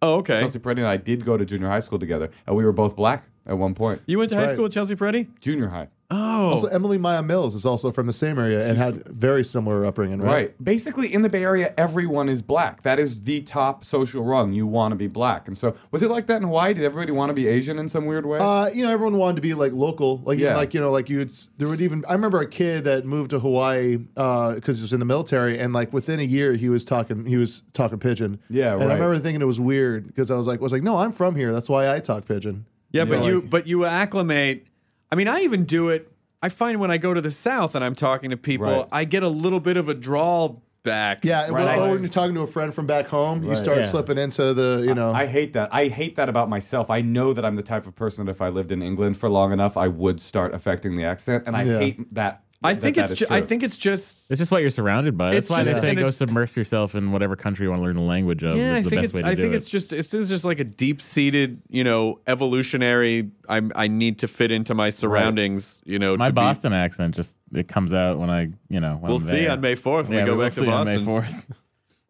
Speaker 1: Oh, okay.
Speaker 3: Chelsea Peretti and I did go to junior high school together, and we were both black at one point.
Speaker 1: you went to high
Speaker 4: That's
Speaker 1: school with Chelsea Peretti.
Speaker 3: Junior high,
Speaker 1: Oh,
Speaker 4: Also, Emily Maya Mills is also from the same area and had very similar upbringing,
Speaker 3: right.
Speaker 4: right?
Speaker 3: Basically, in the Bay Area, everyone is black. That is the top social rung. You want to be black, and so was it like that in Hawaii? Did everybody want to be Asian in some weird way?
Speaker 4: Uh, you know, everyone wanted to be like local, like
Speaker 3: Yeah.
Speaker 4: even, like you know, like you'd s- there would even. I remember a kid that moved to Hawaii because he was in the military, and like within a year he was talking he was talking pidgin.
Speaker 3: Yeah,
Speaker 4: and
Speaker 3: right.
Speaker 4: I remember thinking it was weird because I was like, was like, no, I'm from here. That's why I talk pidgin.
Speaker 1: yeah, but
Speaker 4: know,
Speaker 1: you
Speaker 4: like-
Speaker 1: but you acclimate. I mean, I even do it. I find when I go to the South and I'm talking to people,
Speaker 3: Right.
Speaker 1: I get a little bit of a drawl back.
Speaker 4: Yeah,
Speaker 3: Right.
Speaker 4: when, or when you're talking to a friend from back home, you start
Speaker 5: Yeah.
Speaker 4: slipping into the you know.
Speaker 3: I hate that. I hate that about myself. I know that I'm the type of person that if I lived in England for long enough, I would start affecting the accent, and I
Speaker 4: Yeah.
Speaker 3: hate that.
Speaker 1: I
Speaker 3: that
Speaker 1: think
Speaker 3: that
Speaker 1: it's
Speaker 3: is
Speaker 1: ju- I
Speaker 3: true.
Speaker 1: think it's just
Speaker 5: It's just what you're surrounded by. That's
Speaker 1: It's
Speaker 5: why they
Speaker 1: just
Speaker 5: say
Speaker 1: an-
Speaker 5: go submerge yourself in whatever country you want to learn the language of.
Speaker 1: yeah.
Speaker 5: is
Speaker 1: I
Speaker 5: the
Speaker 1: think
Speaker 5: best
Speaker 1: it's
Speaker 5: way to
Speaker 1: I
Speaker 5: do
Speaker 1: think
Speaker 5: it.
Speaker 1: it's just it's just like a deep seated you know evolutionary. I'm I need to fit into my surroundings. You know,
Speaker 5: my
Speaker 1: to be-
Speaker 5: Boston accent just it comes out when I you know when
Speaker 1: we'll
Speaker 5: I'm
Speaker 1: see
Speaker 5: there.
Speaker 1: on May fourth when
Speaker 5: yeah,
Speaker 1: we go
Speaker 5: we'll
Speaker 1: back
Speaker 5: see
Speaker 1: to
Speaker 5: on
Speaker 1: Boston.
Speaker 5: May fourth.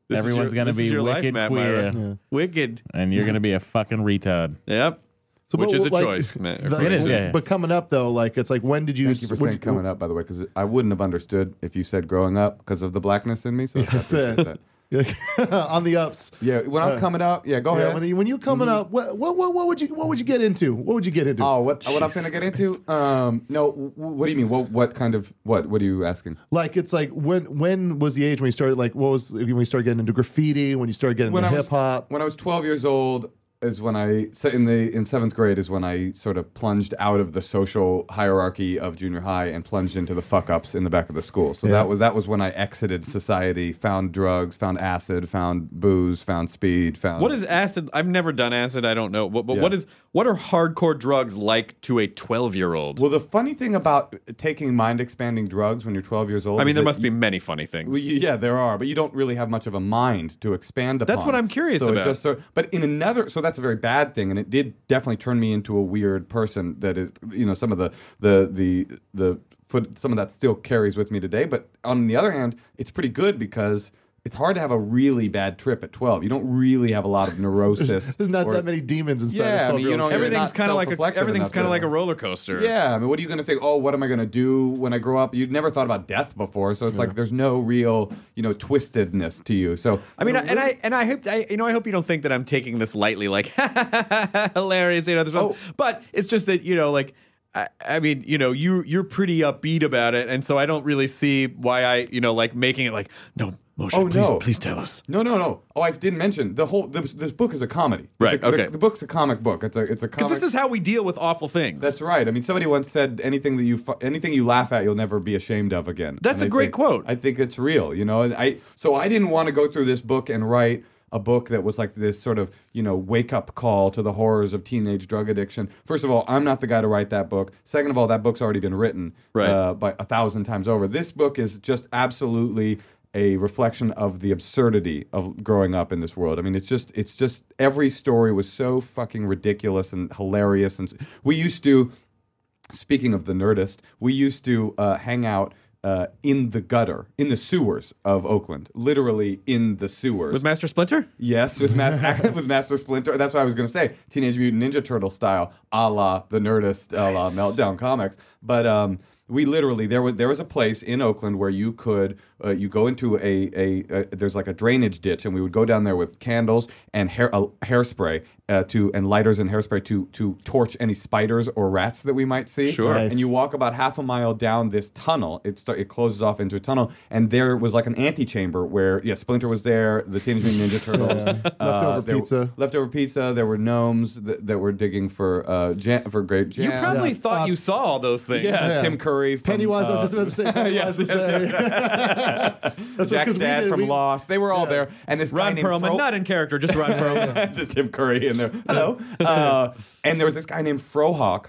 Speaker 1: This is
Speaker 5: Everyone's
Speaker 1: your-
Speaker 5: gonna
Speaker 1: this
Speaker 5: be
Speaker 1: is your life,
Speaker 5: wicked
Speaker 1: Matt
Speaker 5: queer,
Speaker 1: Myra. Wicked.
Speaker 5: and you're gonna be a fucking
Speaker 1: *laughs*
Speaker 5: retard.
Speaker 1: Yep.
Speaker 4: So,
Speaker 1: Which
Speaker 4: but,
Speaker 1: is a
Speaker 4: like,
Speaker 1: choice, man.
Speaker 4: the-
Speaker 5: It is, yeah.
Speaker 4: But coming up though, like it's like when did you?
Speaker 3: Thank you for
Speaker 4: when-
Speaker 3: saying
Speaker 4: *laughs*
Speaker 3: coming up, by the way, because I wouldn't have understood if you said growing up because of the blackness in me. So I appreciate
Speaker 4: it.
Speaker 3: that.
Speaker 4: *laughs* on the ups. Uh,
Speaker 3: Yeah, when I was coming up, yeah, go
Speaker 4: Yeah,
Speaker 3: ahead.
Speaker 4: when you when you coming up, what, what what what would you what would you get into? What would you get into?
Speaker 3: oh, what what I'm going to get into? Um, no, w- what do you mean? What what kind of what? What are you asking?
Speaker 4: Like it's like when when was the age when you started like what was when we started getting into graffiti when you started getting
Speaker 3: When I
Speaker 4: into
Speaker 3: was-
Speaker 4: hip hop?
Speaker 3: When I was 12 years old is when I so in the in seventh grade is when I sort of plunged out of the social hierarchy of junior high and plunged into the fuck ups in the back of the school. So that was that was when I exited society, found drugs, found acid, found booze, found speed, found
Speaker 1: What is acid? I've never done acid. I don't know. But, but
Speaker 3: Yeah.
Speaker 1: what is what are hardcore drugs like to a twelve year old?
Speaker 3: Well, the funny thing about taking mind expanding drugs when you're 12 years old,
Speaker 1: I
Speaker 3: is
Speaker 1: mean, there
Speaker 3: that
Speaker 1: must
Speaker 3: you-
Speaker 1: be many funny things.
Speaker 3: Well, y- yeah, there are, but you don't really have much of a mind to expand upon.
Speaker 1: That's what I'm curious
Speaker 3: so it
Speaker 1: about.
Speaker 3: Just, so, but in another, so that's a very bad thing, and it did definitely turn me into a weird person. That it, you know, some of the the the the foot, some of that still carries with me today. But on the other hand, it's pretty good because. It's hard to have a really bad trip at 12. You don't really have a
Speaker 1: *laughs*
Speaker 3: lot of neurosis.
Speaker 4: There's not
Speaker 3: or-
Speaker 4: that many demons inside.
Speaker 3: Yeah, I
Speaker 4: a
Speaker 3: mean, you
Speaker 4: 12-year-old
Speaker 3: know,
Speaker 4: kid.
Speaker 1: everything's
Speaker 3: not
Speaker 1: kind of like a,
Speaker 3: self-reflexive
Speaker 1: everything's
Speaker 3: enough,
Speaker 1: kind of like a
Speaker 3: really.
Speaker 1: roller coaster.
Speaker 3: Yeah, I mean, what are you going to think? Oh, what am I going to do when I grow up? You'd never thought about death before, so it's like there's no real, you know, twistedness to you. So
Speaker 1: I mean, I- and I and I hope I, you know I hope you don't think that I'm taking this lightly, like *laughs* hilarious, you know. This one.
Speaker 3: Oh.
Speaker 1: But it's just that you know, like I, I mean, you know, you you're pretty upbeat about it, and so I don't really see why I you know like making it like no, Moshe,
Speaker 3: Oh,
Speaker 1: please,
Speaker 3: no.
Speaker 1: please tell us.
Speaker 3: no, no, no. Oh, I didn't mention the whole. This, this book is a comedy.
Speaker 1: Right,
Speaker 3: It's a- the-
Speaker 1: okay.
Speaker 3: The, book's a comic book. It's a. It's a
Speaker 1: Because
Speaker 3: comic.
Speaker 1: this is how we deal with awful things.
Speaker 3: that's right. I mean, somebody once said, "Anything that you fu- anything you laugh at, you'll never be ashamed of again."
Speaker 1: That's
Speaker 3: And
Speaker 1: a
Speaker 3: I
Speaker 1: great
Speaker 3: think-
Speaker 1: quote.
Speaker 3: I think it's real, you know. And I so I didn't want to go through this book and write a book that was like this sort of you know wake up call to the horrors of teenage drug addiction. First of all, I'm not the guy to write that book. Second of all, that book's already been written
Speaker 1: Right.
Speaker 3: uh, by a thousand times over. This book is just absolutely a reflection of the absurdity of growing up in this world. I mean, it's just it's just every story was so fucking ridiculous and hilarious. And s- we used to speaking of the Nerdist, we used to uh, hang out uh, in the gutter, in the sewers of Oakland, literally in the sewers.
Speaker 1: with Master Splinter.
Speaker 3: yes, with, Ma- *laughs* with Master Splinter. That's what I was going to say. Teenage Mutant Ninja Turtle style, a la the Nerdist, a la Meltdown Comics. But um, we literally there was there was a place in Oakland where you could uh, you go into a, a, a there's like a drainage ditch, and we would go down there with candles and hair uh, hairspray uh, to and lighters and hairspray to to torch any spiders or rats that we might see.
Speaker 1: Sure.
Speaker 4: Nice.
Speaker 3: And you walk about half a mile down this tunnel. It start, it closes off into a tunnel, and there was like an antechamber where yeah, Splinter was there, the Teenage Mutant Ninja Turtles,
Speaker 4: Leftover
Speaker 3: Uh, there were-
Speaker 4: pizza.
Speaker 3: leftover pizza. There were gnomes that, that were digging for uh jam, for grape jam.
Speaker 1: You probably thought
Speaker 4: Uh,
Speaker 1: you saw all those things.
Speaker 3: yeah,
Speaker 4: Yeah.
Speaker 3: Tim Curry, from,
Speaker 4: Pennywise, I was
Speaker 3: uh,
Speaker 4: just about to
Speaker 3: *laughs*
Speaker 4: say. Pennywise was there. *laughs* That's
Speaker 3: Jack's
Speaker 4: 'cause we
Speaker 3: dad
Speaker 4: did-
Speaker 3: from
Speaker 4: we-
Speaker 3: Lost. They were all there, and this guy
Speaker 1: Ron
Speaker 3: named
Speaker 1: Perlman,
Speaker 3: Fro- *laughs*
Speaker 1: not in character, just Ron Perlman.
Speaker 3: just Tim
Speaker 1: *laughs*
Speaker 3: Curry in there. Hello. Uh, and there was this guy named Frohawk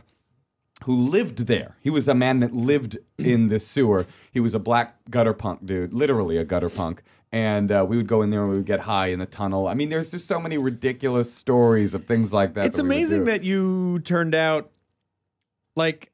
Speaker 3: who lived there. He was a man that lived in this sewer. He was a black gutter punk dude, literally a gutter punk. And uh, we would go in there and we would get high in the tunnel. I mean, there's just so many ridiculous stories of things like that.
Speaker 1: it's
Speaker 3: that we would
Speaker 1: amazing
Speaker 3: do.
Speaker 1: that you turned out like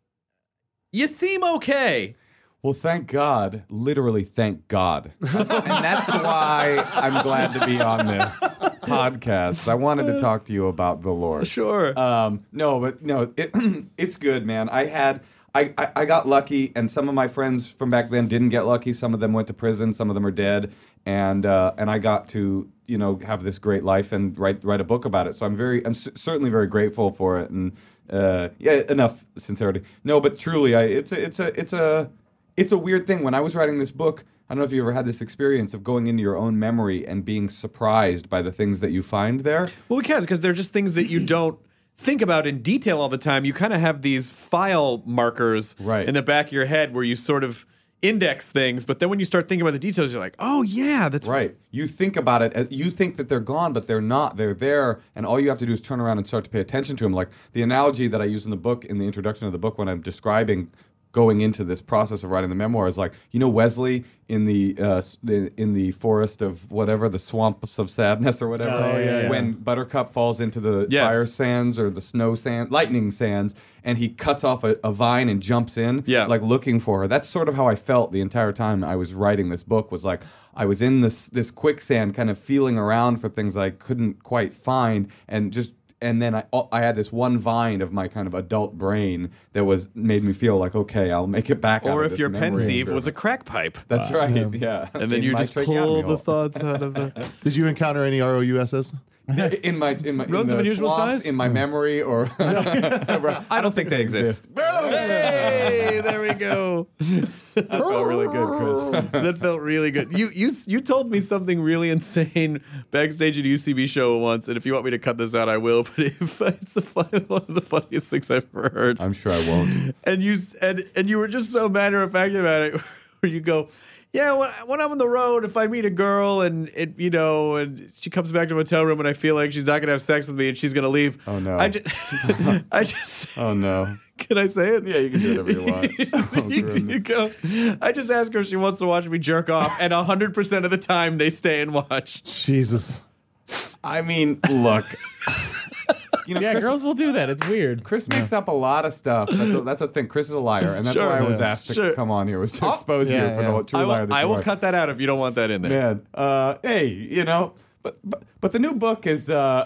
Speaker 1: you seem okay.
Speaker 3: Well, thank God, literally, thank God, *laughs* and that's why I'm glad to be on this Uh, podcast. I wanted to talk to you about the Lord.
Speaker 1: Sure.
Speaker 3: Um, no, but no, it, *clears throat* it's good, man. I had. I, I, I got lucky, and some of my friends from back then didn't get lucky. Some of them went to prison. Some of them are dead, and uh, and I got to you know have this great life and write write a book about it. So I'm very I'm c- certainly very grateful for it. And uh, yeah, enough sincerity. No, but truly, I it's a, it's a it's a it's a weird thing. When I was writing this book, I don't know if you ever had this experience of going into your own memory and being surprised by the things that you find there.
Speaker 1: well, we can because they're just things that you don't think about in detail all the time. You kind of have these file markers
Speaker 3: Right.
Speaker 1: in the back of your head where you sort of index things, but then when you start thinking about the details, you're like, oh yeah, that's
Speaker 3: Right. You think about it. uh, You think that they're gone, but they're not. They're there, and all you have to do is turn around and start to pay attention to them. Like the analogy that I use in the book, in the introduction of the book, when I'm describing going into this process of writing the memoir, is like you know Wesley in the uh, s- the- in the forest of whatever, the swamps of sadness or whatever.
Speaker 4: Oh, yeah, yeah.
Speaker 3: When Buttercup falls into the
Speaker 1: Yes.
Speaker 3: fire sands or the snow sand, lightning sands, and he cuts off a, a vine and jumps in
Speaker 1: Yeah.
Speaker 3: like looking for her. That's sort of how I felt the entire time I was writing this book. Was like I was in this this quicksand, kind of feeling around for things I couldn't quite find, and just and then I oh, I had this one vine of my kind of adult brain that was made me feel like okay, I'll make it back. out
Speaker 1: Or
Speaker 3: of
Speaker 1: if
Speaker 3: this
Speaker 1: your
Speaker 3: memory
Speaker 1: pensieve was a
Speaker 3: experiment.
Speaker 1: crack
Speaker 3: *laughs*
Speaker 1: pipe.
Speaker 3: That's right. Yeah.
Speaker 1: and then
Speaker 3: In
Speaker 1: you
Speaker 3: my
Speaker 1: just
Speaker 3: tracheotomy
Speaker 1: pull the
Speaker 3: hole.
Speaker 1: thoughts out of the
Speaker 4: Did you encounter any ROUSs?
Speaker 3: *laughs* in my in my in
Speaker 1: Roads of
Speaker 3: the
Speaker 1: unusual
Speaker 3: swamps,
Speaker 1: size?
Speaker 3: in my memory or *laughs*
Speaker 1: I don't think they exist. hey, there we go.
Speaker 3: *laughs* That felt really good,
Speaker 1: *laughs*
Speaker 3: Chris.
Speaker 1: that felt really good. You you you told me something really insane backstage at a UCB show once, and if you want me to cut this out, I will. *laughs* But if, it's the fun, one of the funniest things I've ever heard.
Speaker 3: I'm sure I won't.
Speaker 1: and you s- and and you were just so matter of fact about it, *laughs* where you go. Yeah, when, when I'm on the road, if I meet a girl and it, you know, and she comes back to my hotel room and I feel like she's not gonna have sex with me and she's gonna leave.
Speaker 3: Oh, no.
Speaker 1: I just, *laughs* I
Speaker 3: *laughs*
Speaker 1: just,
Speaker 3: *laughs* Oh no.
Speaker 1: can I say it?
Speaker 3: Yeah, you can do
Speaker 1: *laughs*
Speaker 3: whatever you want. Oh,
Speaker 1: you,
Speaker 3: goodness.
Speaker 1: you go. I just ask her if she wants to watch me jerk off, and hundred percent of the time they stay and watch.
Speaker 4: Jesus.
Speaker 3: I mean, look, you know,
Speaker 5: yeah,
Speaker 3: Chris,
Speaker 5: girls will do that. It's weird.
Speaker 3: Chris makes up a lot of stuff. That's a, that's a thing. Chris is a liar, and that's
Speaker 1: Sure.
Speaker 3: why I was
Speaker 1: Yeah.
Speaker 3: asked to
Speaker 1: Sure.
Speaker 3: come on here was to
Speaker 1: Oh,
Speaker 3: expose you
Speaker 4: yeah,
Speaker 3: for
Speaker 4: yeah.
Speaker 3: the true
Speaker 1: I
Speaker 3: liar.
Speaker 1: will,
Speaker 3: that
Speaker 1: I
Speaker 3: you
Speaker 1: will
Speaker 3: are.
Speaker 1: cut that out if you don't want that in there.
Speaker 3: Man, uh, hey, you know, but but, but the new book is. Uh,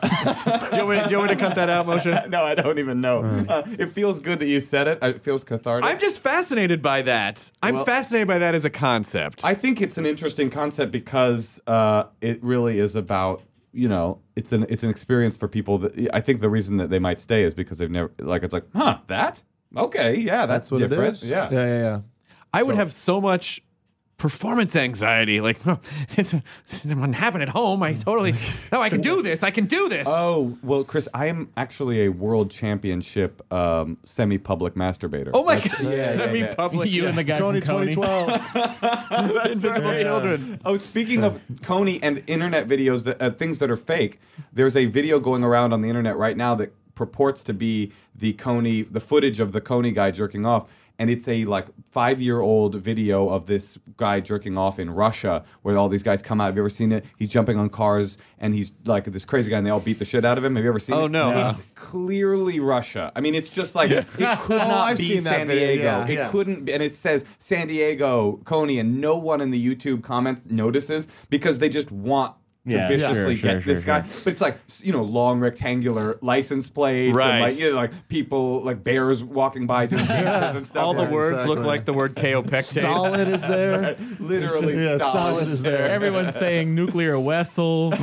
Speaker 1: Do you want me to- do you want me to cut that out,
Speaker 3: *laughs*
Speaker 1: Moshe?
Speaker 3: no, I don't even know. Uh, it feels good that you said Uh, it. It feels cathartic.
Speaker 1: I'm just fascinated by that. I'm
Speaker 3: Well-
Speaker 1: fascinated by that as a concept.
Speaker 3: I think it's an interesting concept because uh, it really is about you know it's an it's an experience for people that I think the reason that they might stay is because they've never like it's like huh that okay yeah that's,
Speaker 4: That's what
Speaker 3: different
Speaker 4: it is.
Speaker 3: yeah
Speaker 4: yeah, yeah. yeah.
Speaker 1: I would have so much performance anxiety. Like, *laughs* this wouldn't happen at home. I totally, no, I can do this. I can do this.
Speaker 3: oh well Chris I'm actually a world championship um, semi public masturbator
Speaker 1: oh my
Speaker 3: That's-
Speaker 1: God.
Speaker 3: yeah, yeah, yeah.
Speaker 1: Semi
Speaker 3: *laughs*
Speaker 1: public.
Speaker 5: you and the guy
Speaker 4: Tony
Speaker 5: from *laughs* Coney.
Speaker 4: 2012.
Speaker 1: invisible children.
Speaker 3: Oh, speaking of Coney and internet videos, that, uh, things that are fake, there's a video going around on the internet right now that purports to be the Coney, the footage of the Coney guy jerking off. And it's a like five year old video of this guy jerking off in Russia where all these guys come out. Have you ever seen it? He's jumping on cars and he's like this crazy guy and they all beat the shit out of him. Have you ever seen it?
Speaker 1: Oh, no. No.
Speaker 3: It's clearly Russia. I mean, it's just like, it
Speaker 4: *laughs*
Speaker 3: could
Speaker 4: Oh,
Speaker 3: not
Speaker 4: I've
Speaker 3: be
Speaker 4: seen that
Speaker 3: San
Speaker 4: video.
Speaker 3: Diego.
Speaker 4: Yeah,
Speaker 3: it
Speaker 4: yeah.
Speaker 3: could couldn't be- and it says San Diego Coney and no one in the YouTube comments notices because they just want to
Speaker 5: Yeah,
Speaker 3: viciously
Speaker 5: sure,
Speaker 3: get
Speaker 5: sure,
Speaker 3: this
Speaker 5: sure,
Speaker 3: guy. But it's like you know long rectangular license plates and
Speaker 1: Right.
Speaker 3: like you know, like people like bears walking by doing dances and stuff.
Speaker 1: All the
Speaker 3: Yeah,
Speaker 1: words look
Speaker 4: exactly.
Speaker 1: like the word kaopectate.
Speaker 4: Stalin is there.
Speaker 3: literally
Speaker 4: yeah,
Speaker 3: stop.
Speaker 4: Stalin is there.
Speaker 5: Everyone's saying nuclear vessels.
Speaker 1: *laughs*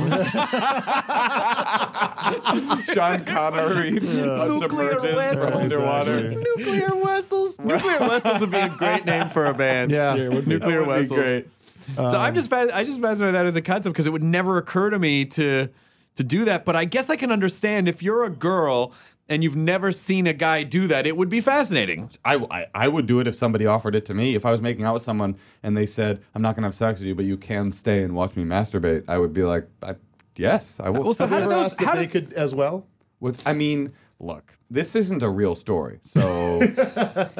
Speaker 3: Sean Connery
Speaker 1: Nuclear
Speaker 3: submerges from
Speaker 1: vessels.
Speaker 3: underwater.
Speaker 1: *laughs* Nuclear Wessels. *laughs* Nuclear Wessels would be a great name for a band.
Speaker 4: Yeah. Um, Yeah, it would
Speaker 1: Nuclear
Speaker 3: That would be
Speaker 1: Wessels.
Speaker 3: great.
Speaker 1: so I'm just fas- I just fascinated by that as a concept because it would never occur to me to to do that. But I guess I can understand if you're a girl and you've never seen a guy do that, it would be fascinating.
Speaker 3: I, I, I would do it if somebody offered it to me. If I was making out with someone and they said, I'm not going to have sex with you, but you can stay and watch me masturbate, I would be like, I, yes, I will.
Speaker 1: Well, so
Speaker 4: Have you
Speaker 1: how did
Speaker 4: ever
Speaker 1: those?
Speaker 4: asked if
Speaker 1: How
Speaker 4: they
Speaker 1: did,
Speaker 4: could as well?
Speaker 3: What's- I mean, look, this isn't a real story. So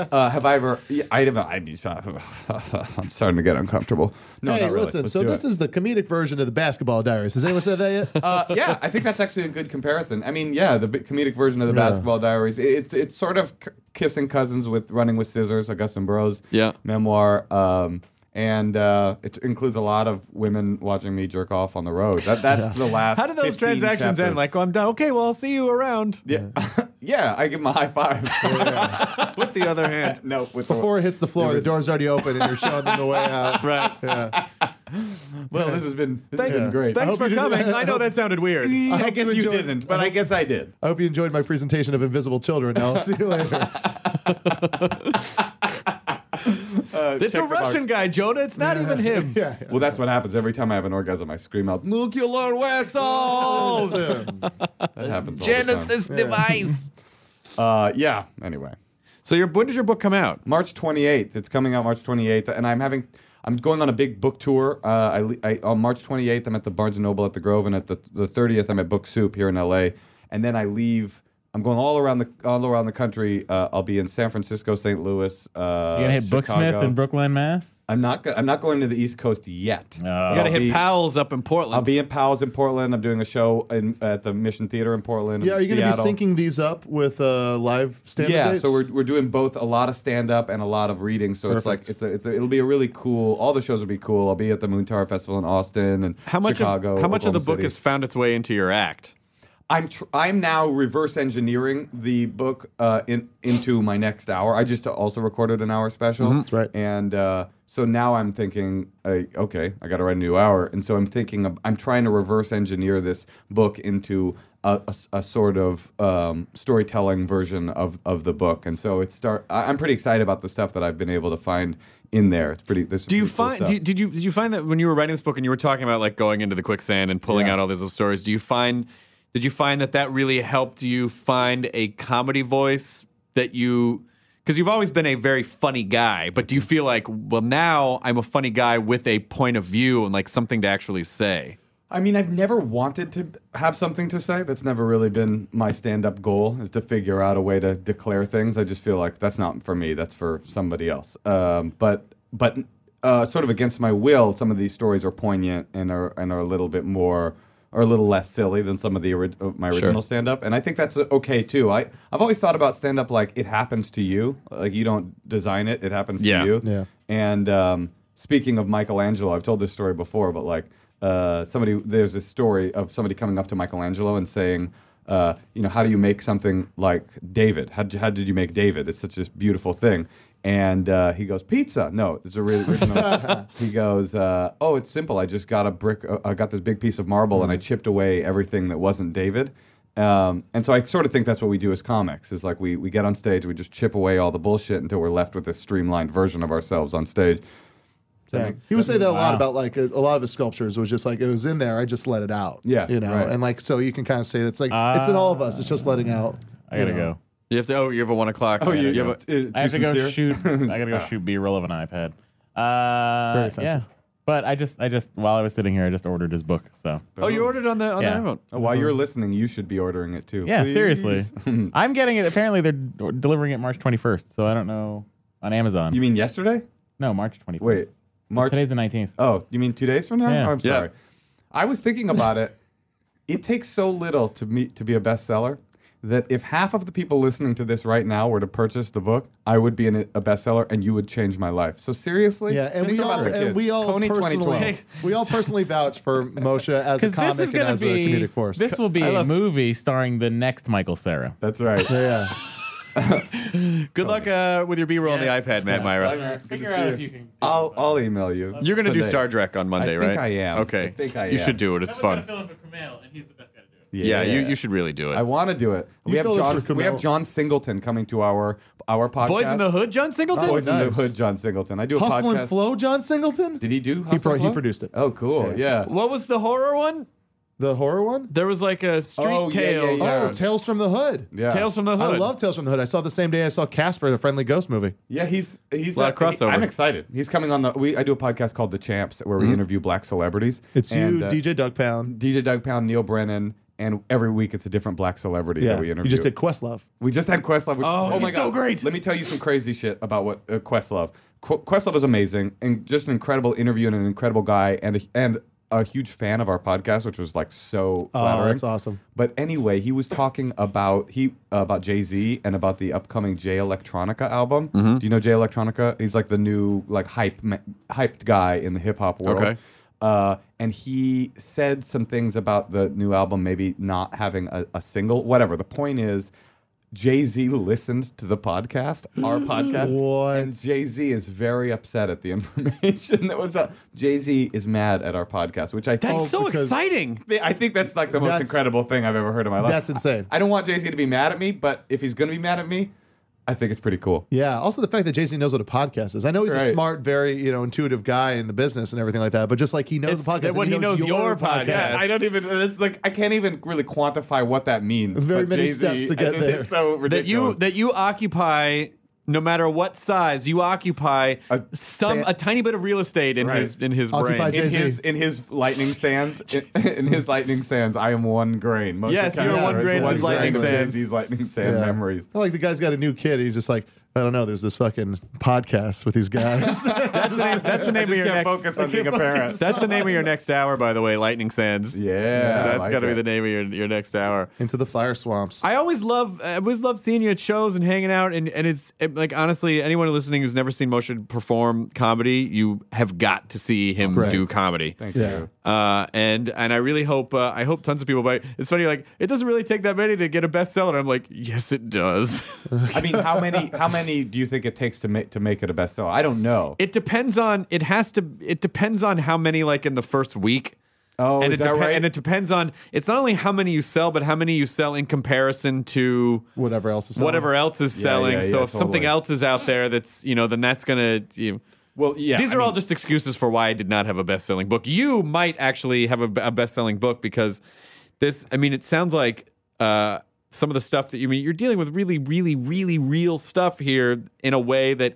Speaker 3: uh, have I ever, yeah, I have, I, *laughs* I'm starting to get uncomfortable. No,
Speaker 4: hey,
Speaker 3: not really.
Speaker 4: listen.
Speaker 3: Let's
Speaker 4: So
Speaker 3: do
Speaker 4: this
Speaker 3: it.
Speaker 4: is the comedic version of the Basketball Diaries. Has anyone said that
Speaker 3: *laughs*
Speaker 4: yet?
Speaker 3: Uh, yeah, I think that's actually a good comparison. I mean, yeah, the bi- comedic version of the Basketball Diaries. It- It's it's sort of c- kissing cousins with Running with Scissors, Augustine Burroughs'
Speaker 1: Yeah.
Speaker 3: memoir, um, and uh, it includes a lot of women watching me jerk off on the road. That, that's the last.
Speaker 1: how did those
Speaker 3: 15
Speaker 1: transactions end?
Speaker 3: chapters.
Speaker 1: Like, well, I'm done. Okay, well, I'll see you around
Speaker 3: yeah, *laughs* yeah, I give them a high five.
Speaker 1: with the other hand.
Speaker 3: no, with the-
Speaker 4: Before it hits the floor, the door's already open, and you're showing them the way
Speaker 3: *laughs*
Speaker 4: out.
Speaker 1: *laughs* Right.
Speaker 4: Yeah.
Speaker 3: well, this has been this
Speaker 1: Thank-
Speaker 3: has been great.
Speaker 1: Thanks for
Speaker 4: you didn't-
Speaker 1: coming. I know that
Speaker 4: *laughs*
Speaker 1: sounded weird.
Speaker 3: I,
Speaker 4: hope
Speaker 3: guess
Speaker 4: you
Speaker 3: you
Speaker 4: enjoyed-
Speaker 3: didn't, but I guess I did.
Speaker 4: I hope you enjoyed my presentation of Invisible Children. I'll see you
Speaker 3: *laughs*
Speaker 4: later.
Speaker 3: Uh,
Speaker 1: It's
Speaker 3: check
Speaker 1: a
Speaker 3: the box.
Speaker 1: Russian guy, Jonah. It's not even him.
Speaker 4: *laughs* yeah.
Speaker 3: Well, that's what happens every time I have an orgasm. I scream out nuclear
Speaker 4: *laughs*
Speaker 3: vessels.
Speaker 4: Awesome.
Speaker 3: That happens. all the time.
Speaker 1: Genesis device.
Speaker 3: Uh, yeah. Anyway,
Speaker 1: So your when did your book come out?
Speaker 3: March 28th. It's coming out March 28th, and I'm having. I'm going on a big book tour. Uh, I, le- I on March 28th, I'm at the Barnes and Noble at the Grove, and at the, the 30th, I'm at Book Soup here in LA. And then I leave. I'm going all around the all around the country. Uh, I'll be in San Francisco, St. Louis. Uh,
Speaker 5: you gonna hit
Speaker 1: Oh,
Speaker 5: Booksmith
Speaker 3: Chicago.
Speaker 5: in Brooklyn, Mass? Oh,
Speaker 3: I'm not. Go- I'm not going to the East Coast yet.
Speaker 1: You gotta
Speaker 3: I'll
Speaker 1: hit
Speaker 3: be-
Speaker 1: Powell's up in Portland.
Speaker 3: I'll be in Powell's in Portland. I'm doing a show in, at the Mission Theater in Portland.
Speaker 4: Yeah, are you going to be
Speaker 3: Seattle.
Speaker 4: syncing these up with uh, live stand-up
Speaker 3: yeah
Speaker 4: dates?
Speaker 3: so we're, we're doing both a lot of stand up and a lot of reading so
Speaker 4: Perfect.
Speaker 3: it's like it's a, it's a, it'll be a really cool all the shows will be cool i'll be at the moon tower festival in austin and
Speaker 1: how much
Speaker 3: chicago
Speaker 1: of, how much of the
Speaker 3: Oklahoma
Speaker 1: book
Speaker 3: City.
Speaker 1: has found its way into your act?
Speaker 3: i'm tr- i'm now reverse engineering the book uh in into my next hour i just also recorded an hour special
Speaker 1: Mm-hmm.
Speaker 4: That's right.
Speaker 3: and uh so now i'm thinking uh, okay i gotta write a new hour and so i'm thinking of, i'm trying to reverse engineer this book into a, a s- a sort of um, storytelling version of, of the book, and so it start. I, I'm pretty excited about the stuff that I've been able to find in there. It's pretty. This is
Speaker 1: Do you
Speaker 3: pretty cool
Speaker 1: find
Speaker 3: stuff.
Speaker 1: do you, did you did you find that when you were writing this book and you were talking about like going into the quicksand and pulling
Speaker 3: Yeah.
Speaker 1: out all these little stories? Do you find did you find that that really helped you find a comedy voice that you because you've always been a very funny guy, but do you feel like well now I'm a funny guy with a point of view and like something to actually say?
Speaker 3: I mean, I've never wanted to have something to say. That's never really been my stand-up goal is to figure out a way to declare things. I just feel like that's not for me. That's for somebody else. Um, but but uh, sort of against my will, some of these stories are poignant and are and are a little bit more are a little less silly than some of the ori- of my original stand up, and I think that's uh, okay too. I I've always thought about stand up like it happens to you, like you don't design it; it happens
Speaker 1: Yeah.
Speaker 3: to you.
Speaker 4: Yeah.
Speaker 3: And um, speaking of Michelangelo, I've told this story before, but like uh, somebody, there's this story of somebody coming up to Michelangelo and saying, uh, you know, how do you make something like David? How did you, how did you make David? It's such a beautiful thing. And uh, he goes, pizza. No, it's a really original. he goes, uh, oh, it's simple. I just got a brick. Uh, I got this big piece of marble, and I chipped away everything that wasn't David. Um, and so I sort of think that's what we do as comics is like we, we get on stage, we just chip away all the bullshit until we're left with this streamlined version of ourselves on stage.
Speaker 4: Yeah. He would say that a lot about like a, a lot of his sculptures was just like it was in there. I just let it out.
Speaker 3: Yeah,
Speaker 4: you know,
Speaker 3: right.
Speaker 4: and like so you can kind of say that's like it's in all of us. It's just letting out.
Speaker 5: I gotta go.
Speaker 1: You have to. Oh, you have a one o'clock.
Speaker 3: Oh, you,
Speaker 1: you have a,
Speaker 5: I have to go
Speaker 1: *laughs*
Speaker 5: shoot.
Speaker 3: *laughs*
Speaker 5: I gotta go shoot B-roll of an iPad.
Speaker 4: Very
Speaker 5: Uh, yeah,
Speaker 4: offensive.
Speaker 5: but I just, I just, while I was sitting here, I just ordered his book. So
Speaker 1: oh, you ordered on the on
Speaker 5: Yeah.
Speaker 1: the iPhone.
Speaker 3: Oh, while you're listening, you should be ordering it too.
Speaker 5: yeah,
Speaker 3: Please. *laughs*
Speaker 5: seriously, I'm getting it. Apparently, they're d- delivering it March 21st. So I don't know on Amazon.
Speaker 3: You mean yesterday?
Speaker 5: no, March 21st.
Speaker 3: Wait, March.
Speaker 5: today's the 19th.
Speaker 3: oh, you mean two days from now?
Speaker 5: Yeah.
Speaker 3: Oh, I'm
Speaker 1: Yeah.
Speaker 3: sorry. I was thinking about
Speaker 4: *laughs*
Speaker 3: it. It takes so little to me to be a bestseller that if half of the people listening to this right now were to purchase the book, I would be in a a bestseller, and you would change my life. So seriously,
Speaker 4: Yeah, and
Speaker 3: think
Speaker 4: we all
Speaker 3: about the
Speaker 4: and
Speaker 3: kids.
Speaker 4: we all
Speaker 3: Coney
Speaker 4: personally
Speaker 3: 2012.
Speaker 4: *laughs* we all personally vouch for Moshe as a
Speaker 5: Because
Speaker 4: comic
Speaker 5: this is
Speaker 4: and
Speaker 5: gonna
Speaker 4: as
Speaker 5: be
Speaker 4: a comedic force.
Speaker 5: this will be a movie starring the next Michael Sarah.
Speaker 3: That's
Speaker 1: *laughs*
Speaker 3: right.
Speaker 4: yeah.
Speaker 1: Good luck uh, with your B roll on
Speaker 5: Yes.
Speaker 1: the iPad, Matt Myra.
Speaker 3: uh,
Speaker 5: Figure out if you can.
Speaker 3: I'll I'll email you.
Speaker 1: You're gonna do
Speaker 3: today.
Speaker 1: Star Trek on Monday,
Speaker 3: I
Speaker 1: right?
Speaker 3: think I am.
Speaker 1: Okay.
Speaker 3: I think I
Speaker 1: You
Speaker 3: am.
Speaker 1: should do it. It's fun.
Speaker 5: and he's the best guy to do it.
Speaker 1: Yeah, you, you should really do
Speaker 3: I
Speaker 1: it.
Speaker 3: want to do it. we
Speaker 4: You
Speaker 3: have
Speaker 4: filled it
Speaker 3: John.
Speaker 4: for
Speaker 3: We have
Speaker 4: Kumail.
Speaker 3: John Singleton coming to our our podcast.
Speaker 1: Boys in the Hood, John Singleton.
Speaker 3: Boys in the
Speaker 4: nice.
Speaker 3: Hood, John Singleton. I do a
Speaker 4: Hustle
Speaker 3: podcast.
Speaker 4: and Flow, John Singleton.
Speaker 3: Did he do? Hustle
Speaker 4: pro-
Speaker 3: and
Speaker 4: he
Speaker 3: Flow?
Speaker 4: produced it.
Speaker 3: Oh, cool. Yeah.
Speaker 1: What was the horror one?
Speaker 4: The horror one?
Speaker 1: There was like a Street
Speaker 3: Oh, yeah, yeah,
Speaker 1: Tales.
Speaker 3: yeah.
Speaker 4: Oh, Tales from the Hood.
Speaker 3: Yeah.
Speaker 1: Tales from the Hood.
Speaker 4: I love Tales from the Hood. I saw the same day I saw Casper, the friendly ghost movie.
Speaker 3: Yeah, he's he's
Speaker 1: A lot of crossover.
Speaker 3: I'm excited. He's coming on the. We I do a podcast called The Champs where we interview black celebrities.
Speaker 4: Mm-hmm. It's
Speaker 3: And,
Speaker 4: you,
Speaker 3: uh,
Speaker 4: DJ Doug Pound.
Speaker 3: DJ Doug Pound, Neil Brennan, and every week it's a different black celebrity
Speaker 4: Yeah,
Speaker 3: that we
Speaker 4: you
Speaker 3: interview.
Speaker 4: just did Questlove.
Speaker 3: We just had Questlove. Which,
Speaker 1: Oh,
Speaker 3: my
Speaker 1: he's so
Speaker 3: God.
Speaker 1: great.
Speaker 3: Let me tell you some crazy shit about what uh, Questlove. Qu- Questlove is amazing and just an incredible interview and an incredible guy and a, and a huge fan of our podcast, which was like so
Speaker 4: Oh,
Speaker 3: flattering.
Speaker 4: that's awesome.
Speaker 3: But anyway, he was talking about he uh, about Jay Z and about the upcoming Jay Electronica album.
Speaker 1: Mm-hmm.
Speaker 3: Do you know Jay Electronica? He's like the new like hype ma- hyped guy in the hip hop world.
Speaker 1: Okay.
Speaker 3: Uh, and he said some things about the new album, maybe not having a, a single, whatever. The point is, Jay Z listened to the podcast,
Speaker 1: *gasps*
Speaker 3: our podcast,
Speaker 4: What?
Speaker 3: and Jay Z is very upset at the *laughs* information that was up. Jay Z is mad at our podcast, which I
Speaker 1: That's
Speaker 3: think
Speaker 1: so exciting.
Speaker 3: Th- I think that's like the most
Speaker 4: That's-
Speaker 3: incredible thing I've ever heard in my life.
Speaker 4: That's insane.
Speaker 3: I, I don't want Jay Z to be mad at me, but if he's going to be mad at me, I think it's pretty cool.
Speaker 4: Yeah. Also, the fact that Jay Z knows what a podcast is. I know he's a
Speaker 3: Right.
Speaker 4: smart, very you know intuitive guy in the business and everything like that. But just like he knows
Speaker 1: It's
Speaker 4: the podcast,
Speaker 1: that
Speaker 4: and
Speaker 1: when he knows your podcast.
Speaker 3: Yeah, I don't even. It's like I can't even really quantify what that means.
Speaker 4: There's very
Speaker 3: but
Speaker 4: many
Speaker 3: Jay-Z,
Speaker 4: steps to get
Speaker 3: it's-
Speaker 4: there.
Speaker 3: It's so
Speaker 1: that you
Speaker 3: ridiculous.
Speaker 1: that you occupy no matter what size you occupy
Speaker 3: A
Speaker 1: some
Speaker 3: fan-
Speaker 1: a tiny bit of real estate in
Speaker 3: Right.
Speaker 1: his in his
Speaker 4: Occupy
Speaker 1: brain.
Speaker 4: Jay-
Speaker 3: in
Speaker 4: Jay-Z.
Speaker 3: his in his lightning sands in, *laughs* in his lightning sands I am one grain. Most
Speaker 1: Yes,
Speaker 3: accounts
Speaker 1: you're
Speaker 3: are
Speaker 4: one
Speaker 3: as
Speaker 4: grain in his lightning
Speaker 3: grain of
Speaker 1: sands.
Speaker 3: Jay-Z's lightning sand
Speaker 4: Yeah.
Speaker 3: memories.
Speaker 4: Like the guy's got a new kid. He's just like, I don't know. There's this fucking podcast with these
Speaker 1: *laughs*
Speaker 4: guys.
Speaker 1: that's the name, that's the
Speaker 3: *laughs* I
Speaker 1: name of
Speaker 3: just
Speaker 1: your
Speaker 3: can't
Speaker 1: next
Speaker 3: focus on being a parent.
Speaker 1: That's the name of your next hour by the way, Lightning Sands.
Speaker 3: Yeah,
Speaker 1: That's
Speaker 3: I like
Speaker 1: got to be
Speaker 3: it.
Speaker 1: the name of your your next hour.
Speaker 4: Into the fire swamps.
Speaker 1: I always love I always love seeing you at shows and hanging out and and it's it- like honestly anyone listening who's never seen Moshe perform comedy, you have got to see him
Speaker 4: Correct.
Speaker 1: do comedy.
Speaker 3: Thank
Speaker 4: Yeah.
Speaker 3: you.
Speaker 1: Uh, and and I really hope uh, I hope tons of people buy. it. It's funny, like it doesn't really take that many to get a bestseller. I'm like, yes, it does. *laughs*
Speaker 3: I mean, how many how many do you think it takes to make to make it a bestseller? I don't know.
Speaker 1: it depends on it has to. It depends on how many like in the first week.
Speaker 3: oh,
Speaker 1: and
Speaker 3: is
Speaker 1: it
Speaker 3: that
Speaker 1: depe-
Speaker 3: right?
Speaker 1: and it depends on it's not only how many you sell, but how many you sell in comparison to
Speaker 4: whatever else is.
Speaker 1: whatever else is
Speaker 3: Yeah,
Speaker 1: selling.
Speaker 3: yeah,
Speaker 1: so
Speaker 3: yeah,
Speaker 1: if something
Speaker 3: totally.
Speaker 1: else is out there that's you know, then that's gonna. You
Speaker 3: well, yeah.
Speaker 1: These
Speaker 3: I
Speaker 1: are all
Speaker 3: mean,
Speaker 1: just excuses for why I did not have a best selling book. You might actually have a, a best selling book because this, I mean, it sounds like uh, some of the stuff that you I mean, you're dealing with really, really, really real stuff here in a way that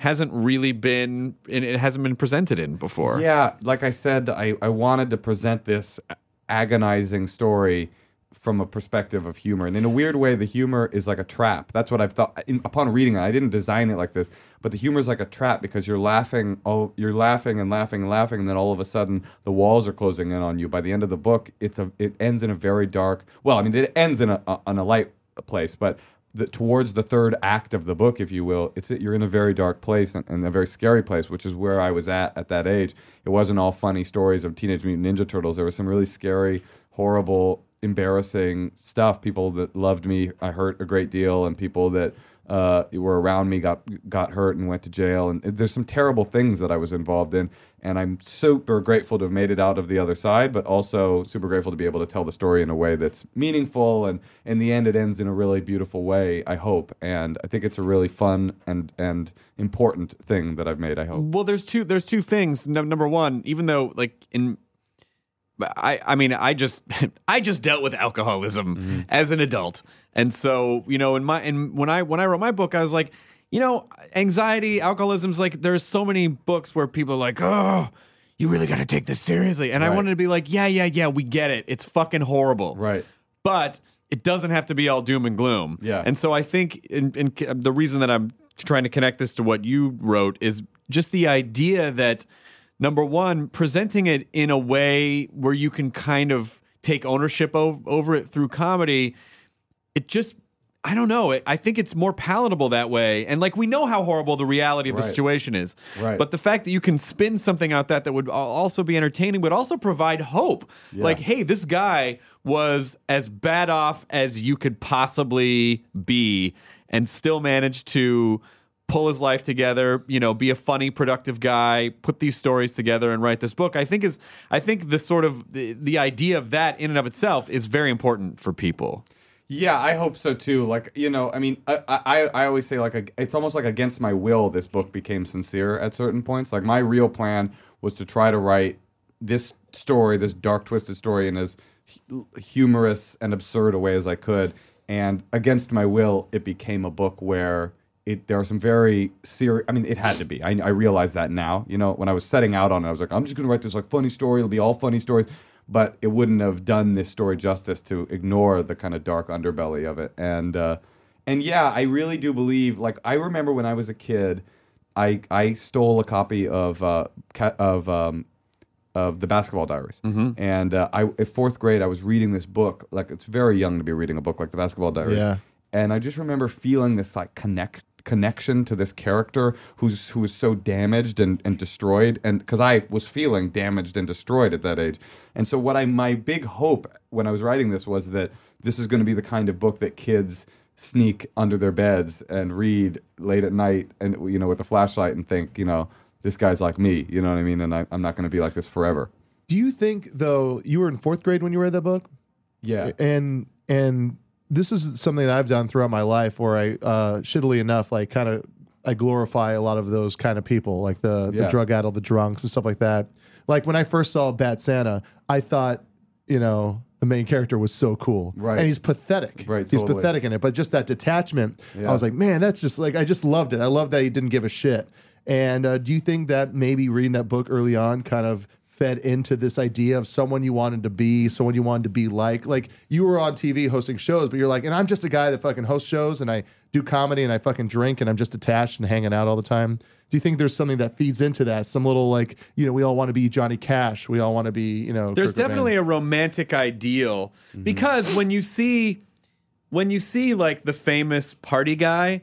Speaker 1: hasn't really been, and it hasn't been presented in before.
Speaker 3: Yeah, like I said, I I wanted to present this agonizing story from a perspective of humor. And in a weird way, the humor is like a trap. That's what I've thought in, upon reading it. I didn't design it like this, but the humor is like a trap because you're laughing, all you're laughing and laughing and laughing, and then all of a sudden the walls are closing in on you. By the end of the book, it's a it ends in a very dark. Well, I mean, it ends in a, a on a light place, but. The, towards the third act of the book, if you will, it's you're in a very dark place and, and a very scary place, which is where I was at at that age. It wasn't all funny stories of Teenage Mutant Ninja Turtles. There was some really scary, horrible embarrassing stuff. People that loved me, I hurt a great deal, and people that uh, were around me got got hurt and went to jail. And there's some terrible things that I was involved in, and I'm super grateful to have made it out of the other side, but also super grateful to be able to tell the story in a way that's meaningful. And in the end, it ends in a really beautiful way, I hope. And I think it's a really fun and and important thing that I've made. I hope.
Speaker 1: Well, there's two there's two things. Num- number one, even though like in I, I mean I just *laughs* I just dealt with alcoholism
Speaker 3: Mm-hmm.
Speaker 1: as an adult. And so, you know, in my and when I when I wrote my book, I was like, you know, anxiety, alcoholism's like there's so many books where people are like, "Oh, you really got to take this seriously." And I
Speaker 3: Right.
Speaker 1: wanted to be like, "Yeah, yeah, yeah, we get it. It's fucking horrible."
Speaker 3: Right.
Speaker 1: But it doesn't have to be all doom and gloom.
Speaker 3: Yeah.
Speaker 1: And so I think in, in the reason that I'm trying to connect this to what you wrote is just the idea that number one, presenting it in a way where you can kind of take ownership o- over it through comedy, it just I don't know. It, I think it's more palatable that way. And like we know how horrible the reality of the
Speaker 3: Right.
Speaker 1: situation is.
Speaker 3: Right.
Speaker 1: But the fact that you can spin something out that that would al- also be entertaining would also provide hope. Like, hey, this guy was as bad off as you could possibly be and still managed to pull his life together, you know, be a funny, productive guy, put these stories together and write this book. I think is I think the sort of the, the idea of that in and of itself is very important for people.
Speaker 3: Yeah, I hope so too. Like you know, I mean, I I, I always say like a, it's almost like against my will. This book became sincere at certain points. Like my real plan was to try to write this story, this dark, twisted story, in as hu- humorous and absurd a way as I could. And against my will, it became a book where it there are some very serious. I mean, it had to be. I, I realize that now. You know, when I was setting out on it, I was like, I'm just going to write this like funny story. It'll be all funny stories but it wouldn't have done this story justice to ignore the kind of dark underbelly of it. And uh, and yeah, I really do believe. Like I remember when I was a kid, I I stole a copy of uh, ca- of um, of the Basketball Diaries, and uh, I at fourth grade I was reading this book. Like it's very young to be reading a book like the Basketball Diaries.
Speaker 4: Yeah.
Speaker 3: And I just remember feeling this like connect connection to this character who's who was so damaged and, and destroyed and because I was feeling damaged and destroyed at that age. And so what I my big hope when I was writing this was that this is going to be the kind of book that kids sneak under their beds and read late at night and you know with a flashlight and think, you know, this guy's like me, you know what I mean? And I, I'm not going to be like this forever.
Speaker 4: Do you think though you were in fourth grade when you read that book?
Speaker 3: Yeah.
Speaker 4: and and this is something that I've done throughout my life where I uh shittily enough like kind of I glorify a lot of those kind of people like the
Speaker 3: Yeah.
Speaker 4: the drug addle the drunks and stuff like that like when I first saw Bat Santa I thought you know the main character was so cool
Speaker 3: Right.
Speaker 4: and he's pathetic
Speaker 3: Right,
Speaker 4: he's
Speaker 3: totally.
Speaker 4: pathetic in it but just that detachment
Speaker 3: Yeah.
Speaker 4: I was like man that's just like I just loved it I loved that he didn't give a shit and uh, do you think that maybe reading that book early on kind of fed into this idea of someone you wanted to be, someone you wanted to be like. Like you were on TV hosting shows, but you're like, and I'm just a guy that fucking hosts shows and I do comedy and I fucking drink and I'm just attached and hanging out all the time. Do you think there's something that feeds into that? Some little like, you know, we all want to be Johnny Cash. We all want to be, you know. Kurt
Speaker 1: there's
Speaker 4: Cobain.
Speaker 1: definitely a romantic ideal because when you see when you see like the famous party guy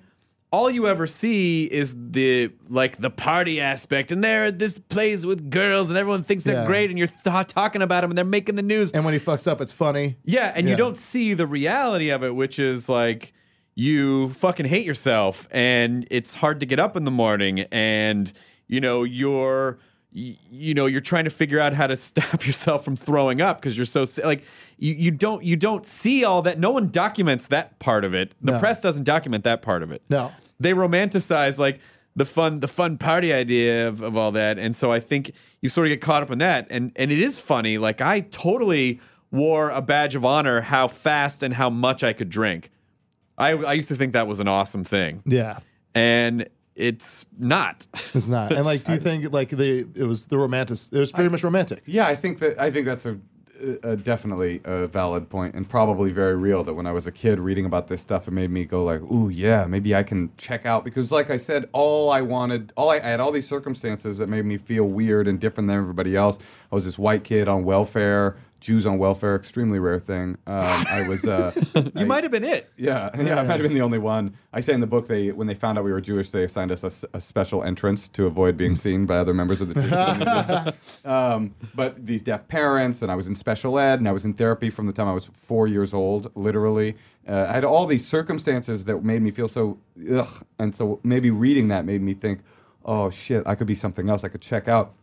Speaker 1: all you ever see is the like the party aspect and they're at this place with girls and everyone thinks they're
Speaker 4: Yeah.
Speaker 1: great and you're th- talking about them and they're making the news
Speaker 4: And when he fucks up, it's funny.
Speaker 1: yeah, and you
Speaker 4: Yeah.
Speaker 1: don't see the reality of it, which is like you fucking hate yourself and it's hard to get up in the morning and you know you're y- you know you're trying to figure out how to *laughs* stop yourself from throwing up because you're so si- like you, you don't you don't see all that no one documents that part of it the
Speaker 4: No.
Speaker 1: press doesn't document that part of it
Speaker 4: No.
Speaker 1: they romanticize like the fun the fun party idea of, of all that and so i think you sort of get caught up in that and and it is funny like i totally wore a badge of honor how fast and how much i could drink i i used to think that was an awesome thing
Speaker 4: Yeah.
Speaker 1: and it's not *laughs*
Speaker 4: It's not. And like, do you think like the, it was the romantic, it was pretty much romantic.
Speaker 3: Yeah, I think that I think that's a uh, definitely a valid point and probably very real that when I was a kid reading about this stuff, it made me go like, "Ooh, yeah, maybe I can check out." Because, like I said, all I wanted, all I, I had, all these circumstances that made me feel weird and different than everybody else. I was this white kid on welfare. Jews on welfare, extremely rare thing. Um, I was. Uh,
Speaker 1: *laughs* You might have been it.
Speaker 3: yeah, *laughs* yeah, I might have been the only one. I say in the book, they when they found out we were Jewish, they assigned us a s- a, special entrance to avoid being seen by other members of the Jewish community. um, but these deaf parents, and I was in special ed, and I was in therapy from the time I was four years old, literally. Uh, I had all these circumstances that made me feel so ugh, and so maybe reading that made me think, oh shit, I could be something else. I could check out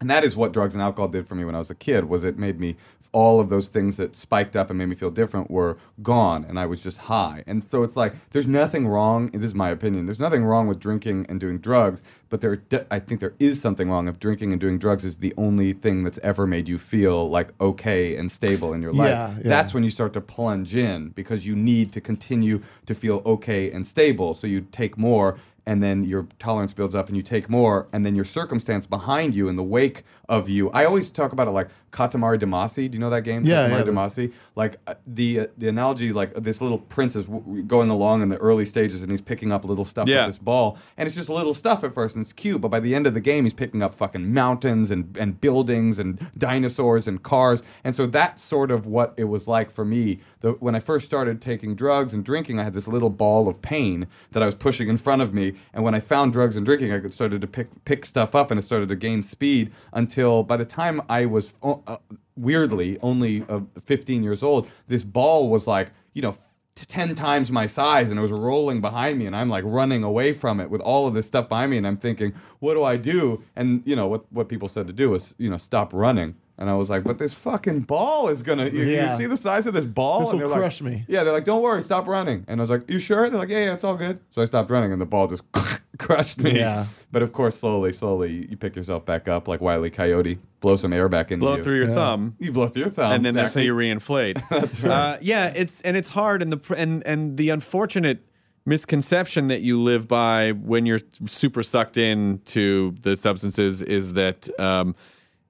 Speaker 3: and that is what drugs and alcohol did for me when i was a kid was it made me all of those things that spiked up and made me feel different were gone and i was just high and so it's like there's nothing wrong and this is my opinion there's nothing wrong with drinking and doing drugs but there de- i think there is something wrong if drinking and doing drugs is the only thing that's ever made you feel like okay and stable in your life
Speaker 4: Yeah, yeah.
Speaker 3: that's when you start to plunge in because you need to continue to feel okay and stable so you take more and then your tolerance builds up and you take more and then your circumstance behind you in the wake of you i always talk about it like katamari damacy do you know that game
Speaker 4: Yeah,
Speaker 3: katamari
Speaker 4: yeah.
Speaker 3: damacy like uh, the uh, the analogy like this little prince is w- w- going along in the early stages and he's picking up little stuff
Speaker 1: Yeah.
Speaker 3: with this ball and it's just little stuff at first and it's cute but by the end of the game he's picking up fucking mountains and and buildings and dinosaurs and cars and so that's sort of what it was like for me the, when i first started taking drugs and drinking i had this little ball of pain that i was pushing in front of me and when i found drugs and drinking i could- started to pick pick stuff up and it started to gain speed until by the time i was o- uh, weirdly only uh, 15 years old this ball was like you know t- 10 times my size and it was rolling behind me and I'm like running away from it with all of this stuff behind me and I'm thinking what do I do and you know what what people said to do is you know stop running and I was like but this fucking ball is going to you,
Speaker 4: Yeah.
Speaker 3: you see the size of this ball
Speaker 4: This
Speaker 3: And
Speaker 4: will
Speaker 3: they're like-
Speaker 4: crush me.
Speaker 3: yeah they're like don't worry stop running and I was like you sure and they're like yeah yeah it's all good so I stopped running and the ball just *laughs* crushed me
Speaker 4: Yeah.
Speaker 3: but of course slowly slowly you pick yourself back up like Wiley Coyote blow some air back into
Speaker 1: Blow
Speaker 3: you
Speaker 1: through your thumb.
Speaker 3: you blow through your thumb
Speaker 1: and then that's how
Speaker 3: Exactly.
Speaker 1: you reinflate.
Speaker 3: *laughs*
Speaker 1: uh, yeah, it's and it's hard, and the pr- and and the unfortunate misconception that you live by when you're super sucked in to the substances is that um,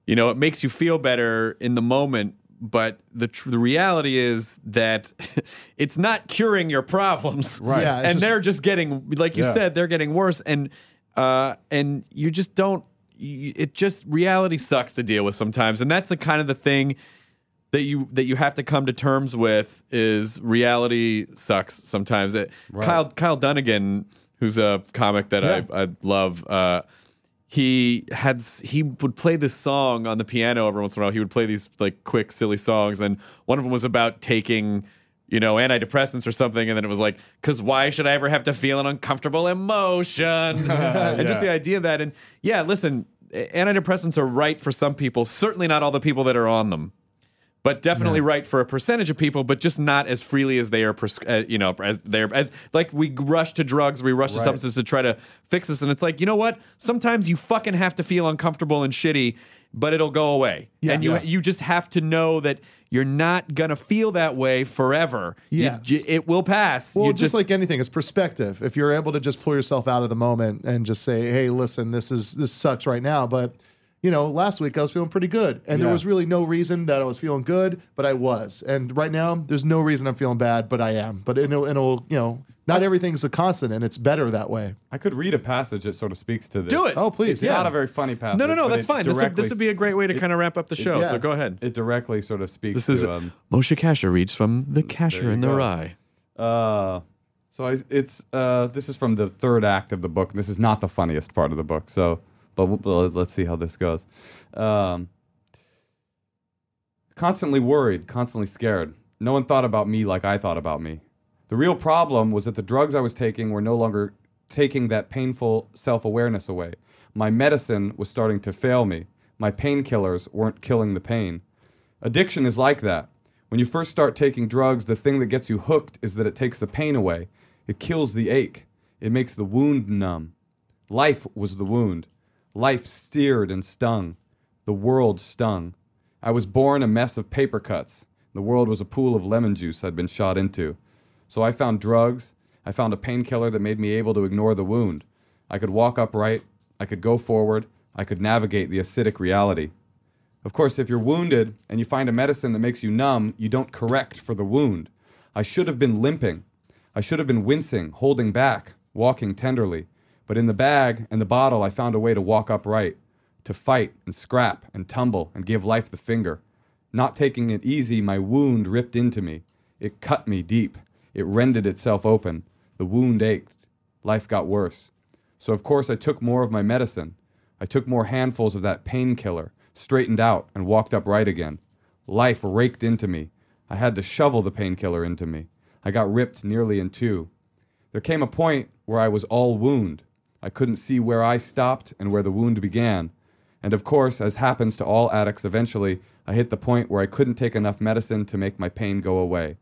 Speaker 1: you know it makes you feel better in the moment. But the tr- the reality is that *laughs* it's not curing your problems,
Speaker 3: Right.
Speaker 4: Yeah, it's
Speaker 1: and
Speaker 4: just-
Speaker 1: they're just getting, like you
Speaker 3: Yeah.
Speaker 1: said, they're getting worse, and uh, and you just don't. You, it just reality sucks to deal with sometimes, and that's the kind of the thing that you that you have to come to terms with is reality sucks sometimes. It, Kyle Kyle Dunnigan, who's a comic that I, I love, uh, he had s- he would play this song on the piano every once in a while. He would play these like quick silly songs, and one of them was about taking. You know, antidepressants or something, and then it was like, "Cause why should I ever have to feel an uncomfortable emotion?" And just the idea of that, and yeah, listen, a- antidepressants are right for some people. Certainly not all the people that are on them but definitely right for a percentage of people, but just not as freely as they are, pres- uh, you know, as they're as like we rush to drugs, we rush to substances to try to fix this, and it's like you know what? Sometimes you fucking have to feel uncomfortable and shitty, but it'll go away,
Speaker 4: Yeah.
Speaker 1: and you
Speaker 4: Yeah.
Speaker 1: you just have to know that you're not gonna feel that way forever. You
Speaker 4: Yes.
Speaker 1: j- it will pass.
Speaker 4: Well,
Speaker 1: You
Speaker 4: just, like anything, it's perspective. If you're able to just pull yourself out of the moment and just say, "Hey, listen, this is this sucks right now," but you know, last week I was feeling pretty good, and there
Speaker 3: Yeah.
Speaker 4: was really no reason that I was feeling good, but I was. And right now, there's no reason I'm feeling bad, but I am. But it'll, it'll you know, not everything's a constant, and it's better that way.
Speaker 3: I could read a passage that sort of speaks to this.
Speaker 1: Do it.
Speaker 4: Oh, please,
Speaker 3: It's
Speaker 4: yeah.
Speaker 3: not a very funny passage.
Speaker 1: no, no, no.
Speaker 3: but
Speaker 1: That's
Speaker 3: it
Speaker 1: fine. This would,
Speaker 3: directly-
Speaker 1: this would be a great way to kind of wrap up the show.
Speaker 4: yeah.
Speaker 1: So go ahead.
Speaker 3: It directly sort of speaks.
Speaker 1: This is
Speaker 3: to, um,
Speaker 1: Moshe Kasher reads from the
Speaker 3: you
Speaker 1: Kasher in the
Speaker 3: go.
Speaker 1: Rye.
Speaker 3: uh, so I, it's uh, this is from the third act of the book. This is not the funniest part of the book. So, but we'll, well, let's see how this goes. Um, constantly worried, constantly scared. No one thought about me like I thought about me. The real problem was that the drugs I was taking were no longer taking that painful self awareness away. My medicine was starting to fail me. My painkillers weren't killing the pain. Addiction is like that. When you first start taking drugs, the thing that gets you hooked is that it takes the pain away. It kills the ache. It makes the wound numb. Life was the wound. Life steered and stung. The world stung. I was born a mess of paper cuts. The world was a pool of lemon juice I'd been shot into. So I found drugs. I found a painkiller that made me able to ignore the wound. I could walk upright. I could go forward. I could navigate the acidic reality. Of course, if you're wounded and you find a medicine that makes you numb, you don't correct for the wound. I should have been limping. I should have been wincing, holding back, walking tenderly. But in the bag and the bottle, I found a way to walk upright, to fight and scrap and tumble and give life the finger. Not taking it easy, my wound ripped into me. It cut me deep. It rended itself open. The wound ached. Life got worse. So, of course, I took more of my medicine. I took more handfuls of that painkiller, straightened out, and walked upright again. Life raked into me. I had to shovel the painkiller into me. I got ripped nearly in two. There came a point where I was all wound. I couldn't see where I stopped and where the wound began. And of course, as happens to all addicts eventually, I hit the point where I couldn't take enough medicine to make my pain go away.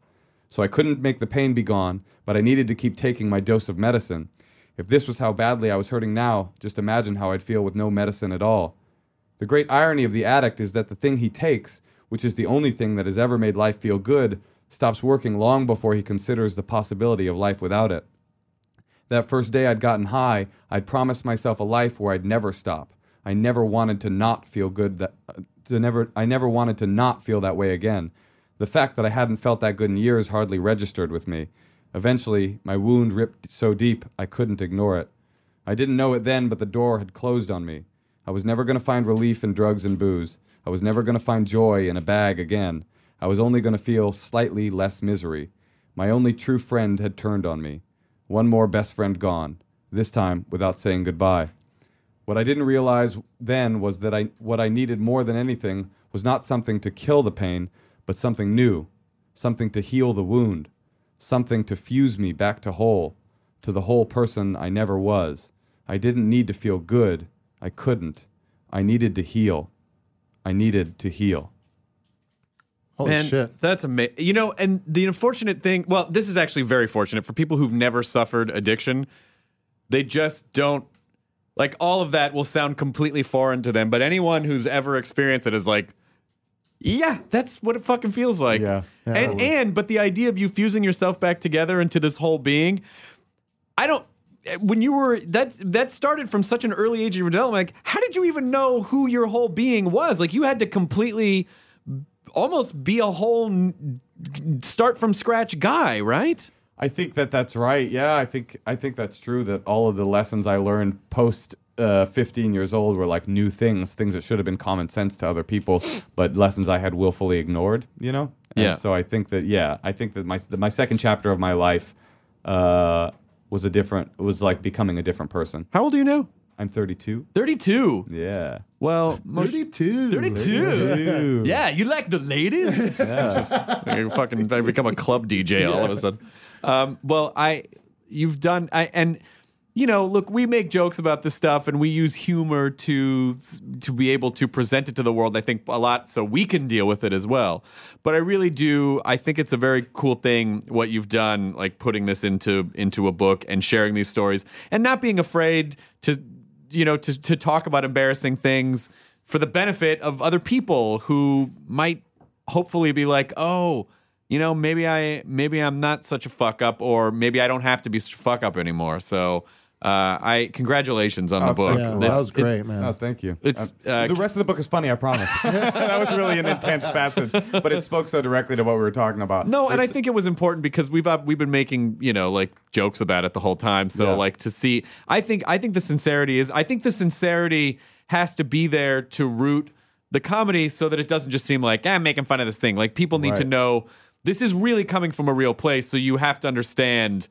Speaker 3: So I couldn't make the pain be gone, but I needed to keep taking my dose of medicine. If this was how badly I was hurting now, just imagine how I'd feel with no medicine at all. The great irony of the addict is that the thing he takes, which is the only thing that has ever made life feel good, stops working long before he considers the possibility of life without it. That first day I'd gotten high, I'd promised myself a life where I'd never stop. I never wanted to not feel good that uh, to never I never wanted to not feel that way again. The fact that I hadn't felt that good in years hardly registered with me. Eventually, my wound ripped so deep I couldn't ignore it. I didn't know it then, but the door had closed on me. I was never going to find relief in drugs and booze. I was never going to find joy in a bag again. I was only going to feel slightly less misery. My only true friend had turned on me. One more best friend gone, this time without saying goodbye. What I didn't realize then was that I, what I needed more than anything was not something to kill the pain, but something new, something to heal the wound, something to fuse me back to whole, to the whole person I never was. I didn't need to feel good. I couldn't. I needed to heal. I needed to heal.
Speaker 4: Holy
Speaker 1: Man,
Speaker 4: shit.
Speaker 1: That's amazing. You know, and the unfortunate thing, well, this is actually very fortunate for people who've never suffered addiction. They just don't like all of that will sound completely foreign to them, but anyone who's ever experienced it is like, yeah, that's what it fucking feels like.
Speaker 3: Yeah.
Speaker 4: Yeah,
Speaker 1: and
Speaker 4: totally.
Speaker 1: and but the idea of you fusing yourself back together into this whole being, I don't when you were that that started from such an early age of your development, like how did you even know who your whole being was? Like you had to completely almost be a whole n- start from scratch guy, right?
Speaker 3: I think that that's right. Yeah, I think I think that's true. That all of the lessons I learned post uh, 15 years old were like new things, things that should have been common sense to other people, but lessons I had willfully ignored. You know. And
Speaker 1: Yeah.
Speaker 3: So I think that yeah, I think that my that my second chapter of my life uh, was a different was like becoming a different person.
Speaker 1: How old are you now?
Speaker 3: I'm 32.
Speaker 1: 32.
Speaker 3: Yeah.
Speaker 1: Well, most-
Speaker 4: 32.
Speaker 1: 32. Yeah, you like the ladies? you fucking I become a club DJ all of a sudden. Um, well, I you've done I and you know, look, we make jokes about this stuff and we use humor to to be able to present it to the world I think a lot so we can deal with it as well. But I really do I think it's a very cool thing what you've done like putting this into into a book and sharing these stories and not being afraid to you know to to talk about embarrassing things for the benefit of other people who might hopefully be like, oh, you know, maybe I maybe I'm not such a fuck up, or maybe I don't have to be such a fuck up anymore. So, uh, I congratulations on the
Speaker 3: Oh,
Speaker 1: book.
Speaker 3: thank
Speaker 4: Yeah,
Speaker 3: you.
Speaker 4: well,
Speaker 1: That's-
Speaker 4: that was great,
Speaker 1: It's,
Speaker 4: man.
Speaker 3: Oh, thank you.
Speaker 1: it's,
Speaker 3: Uh,
Speaker 1: uh,
Speaker 3: the rest of the book is funny, I promise. *laughs* that was really an intense passage, but it spoke so directly to what we were talking about.
Speaker 1: no, and I think it was important because we've uh, we've been making you know like jokes about it the whole time. So
Speaker 3: Yeah.
Speaker 1: like to see, I think I think the sincerity is I think the sincerity has to be there to root the comedy so that it doesn't just seem like "Ah, I'm making fun of this thing. Like people need to
Speaker 3: Right.
Speaker 1: know this is really coming from a real place. So you have to understand,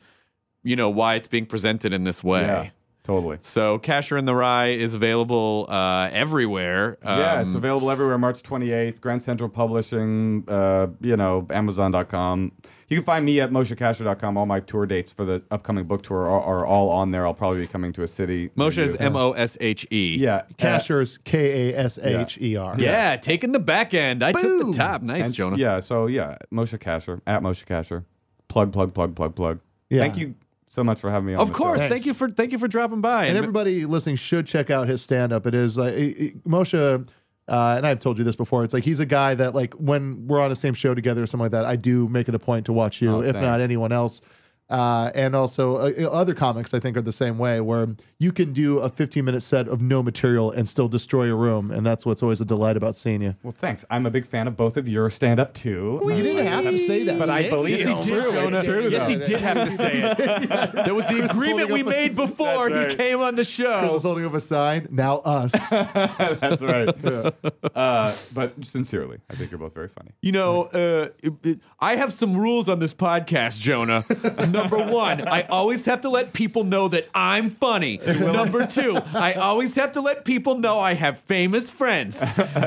Speaker 1: you know, why it's being presented in this way.
Speaker 3: yeah, totally.
Speaker 1: So Casher in the Rye is available uh, everywhere.
Speaker 3: yeah,
Speaker 1: Um,
Speaker 3: it's available everywhere. March 28th, Grand Central Publishing, uh, you know, Amazon.com. You can find me at MosheCasher.com. All my tour dates for the upcoming book tour are, are all on there. I'll probably be coming to a city. near
Speaker 1: Moshe is
Speaker 3: you.
Speaker 1: M O S H E.
Speaker 3: Yeah, uh,
Speaker 4: Kasher is K A S H E R.
Speaker 1: Yeah, taking the back end. I took
Speaker 4: Boom.
Speaker 1: the top. Nice,
Speaker 3: and-
Speaker 1: Jonah.
Speaker 3: Yeah, so yeah, Moshe Kasher at Moshe Kasher. Plug, plug, plug, plug, plug.
Speaker 4: Yeah.
Speaker 3: Thank you so much for having me on.
Speaker 1: Of
Speaker 3: the show.
Speaker 1: course.
Speaker 4: Thanks.
Speaker 1: Thank you for thank you for dropping by.
Speaker 4: And everybody listening should check out his stand up. It is like it- it- Moshe. Uh, and I've told you this before. It's like he's a guy that, like, when we're on the same show together or something like that, I do make it a point to watch you,
Speaker 3: Oh,
Speaker 4: if
Speaker 3: thanks.
Speaker 4: not anyone else. Uh, and also uh, other comics, I think, are the same way, where you can do a 15 minute set of no material and still destroy a room, and that's what's always a delight about seeing you.
Speaker 3: Well, thanks. I'm a big fan of both of your stand up too.
Speaker 4: You didn't have to say that,
Speaker 3: But I believe
Speaker 1: Yes, he
Speaker 3: you.
Speaker 1: did, Jonah. yes, he did have to say
Speaker 4: *laughs*
Speaker 1: it. There was the
Speaker 4: Chris is
Speaker 1: agreement
Speaker 4: holding
Speaker 1: we
Speaker 4: up a- *laughs*
Speaker 1: made before
Speaker 3: That's
Speaker 1: he
Speaker 3: right.
Speaker 1: came on the
Speaker 4: Chris
Speaker 1: show.
Speaker 4: is holding up a sign. Now us.
Speaker 3: *laughs* That's right. uh, but sincerely, I think you're both very funny.
Speaker 1: You know, uh, it- it- I have some rules on this podcast, Jonah.
Speaker 4: *laughs*
Speaker 1: Number one, I always have to let people know that I'm funny. Number two, I always have to let people know I have famous
Speaker 4: *laughs*
Speaker 1: friends.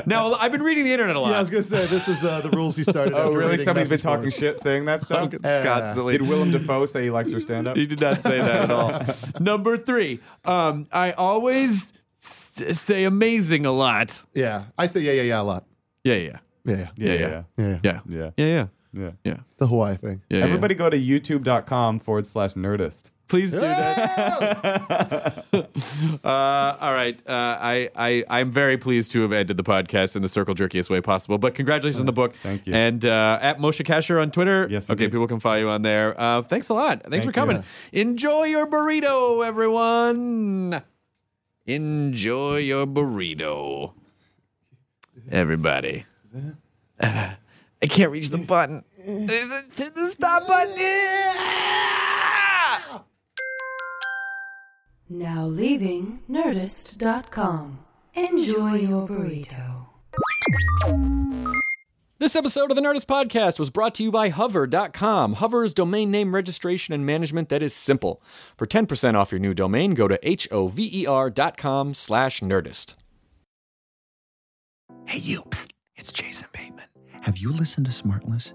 Speaker 1: Now, I've been reading the internet a lot.
Speaker 4: yeah, I was gonna say this is uh, the rules
Speaker 8: *laughs*
Speaker 4: he started.
Speaker 3: Oh,
Speaker 4: after
Speaker 3: really?
Speaker 4: reading
Speaker 3: Somebody's been
Speaker 4: message
Speaker 3: talking
Speaker 4: boards.
Speaker 3: shit saying that stuff?
Speaker 4: Uh,
Speaker 1: constantly.
Speaker 3: Did Willem Dafoe say he likes your stand up?
Speaker 1: He did not say that at *laughs* all. Number three, um, I always s- say amazing a lot.
Speaker 4: Yeah, I say yeah, yeah, yeah a lot.
Speaker 1: Yeah, yeah,
Speaker 4: Yeah, yeah,
Speaker 1: yeah, yeah,
Speaker 3: yeah.
Speaker 4: yeah.
Speaker 1: yeah, yeah,
Speaker 3: Yeah.
Speaker 1: yeah, yeah.
Speaker 3: Yeah.
Speaker 1: yeah.
Speaker 4: It's a Hawaii thing.
Speaker 1: yeah.
Speaker 3: Everybody go to youtube.com forward slash nerdist.
Speaker 1: please do that.
Speaker 4: Yeah.
Speaker 1: *laughs* Uh, all right. Uh, I, I, I'm very pleased to have ended the podcast in the circle jerkiest way possible. But congratulations on the book.
Speaker 3: thank you.
Speaker 1: And uh, at Moshe Kasher on Twitter.
Speaker 3: Yes,
Speaker 1: Okay,
Speaker 3: indeed.
Speaker 1: people can follow you on there. Uh, thanks a lot. Thanks
Speaker 3: Thank
Speaker 1: for
Speaker 3: you.
Speaker 1: coming. Enjoy your burrito, everyone. Enjoy your burrito, everybody. *laughs* I can't reach the button. *laughs* To the stop *laughs* button.
Speaker 2: Now leaving Nerdist.com. Enjoy your burrito.
Speaker 9: This episode of the Nerdist Podcast was brought to you by Hover.com. Hover is domain name registration and management that is simple. For 10% off your new domain, go to E H-O-V-E-R.com slash Nerdist.
Speaker 8: Hey, you. Psst. It's Jason Bateman. Have you listened to Smartless?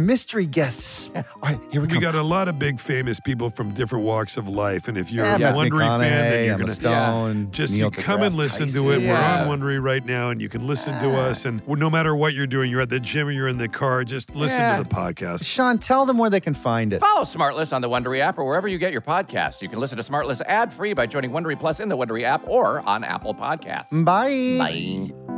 Speaker 8: mystery guests. All right, here we go.
Speaker 10: We got a lot of big famous people from different walks of life, and if you're
Speaker 8: Yeah,
Speaker 10: a
Speaker 8: Bethany
Speaker 10: Wondery fan,
Speaker 8: McConaughey,
Speaker 10: then you're
Speaker 8: Emma
Speaker 10: gonna
Speaker 8: Stone,
Speaker 10: just
Speaker 8: Neil
Speaker 10: you come and
Speaker 8: deGrasse
Speaker 10: listen
Speaker 8: Tyson.
Speaker 10: to it.
Speaker 8: Yeah.
Speaker 10: We're on Wondery right now, and you can listen to us. And no matter what you're doing, you're at the gym, or you're in the car, just listen
Speaker 11: Yeah.
Speaker 10: to the podcast.
Speaker 8: Sean, tell them where they can find it.
Speaker 11: Follow Smartless on the Wondery app or wherever you get your podcasts. You can listen to Smartless ad free by joining Wondery Plus in the Wondery app or on Apple Podcasts.
Speaker 8: Bye.
Speaker 11: Bye.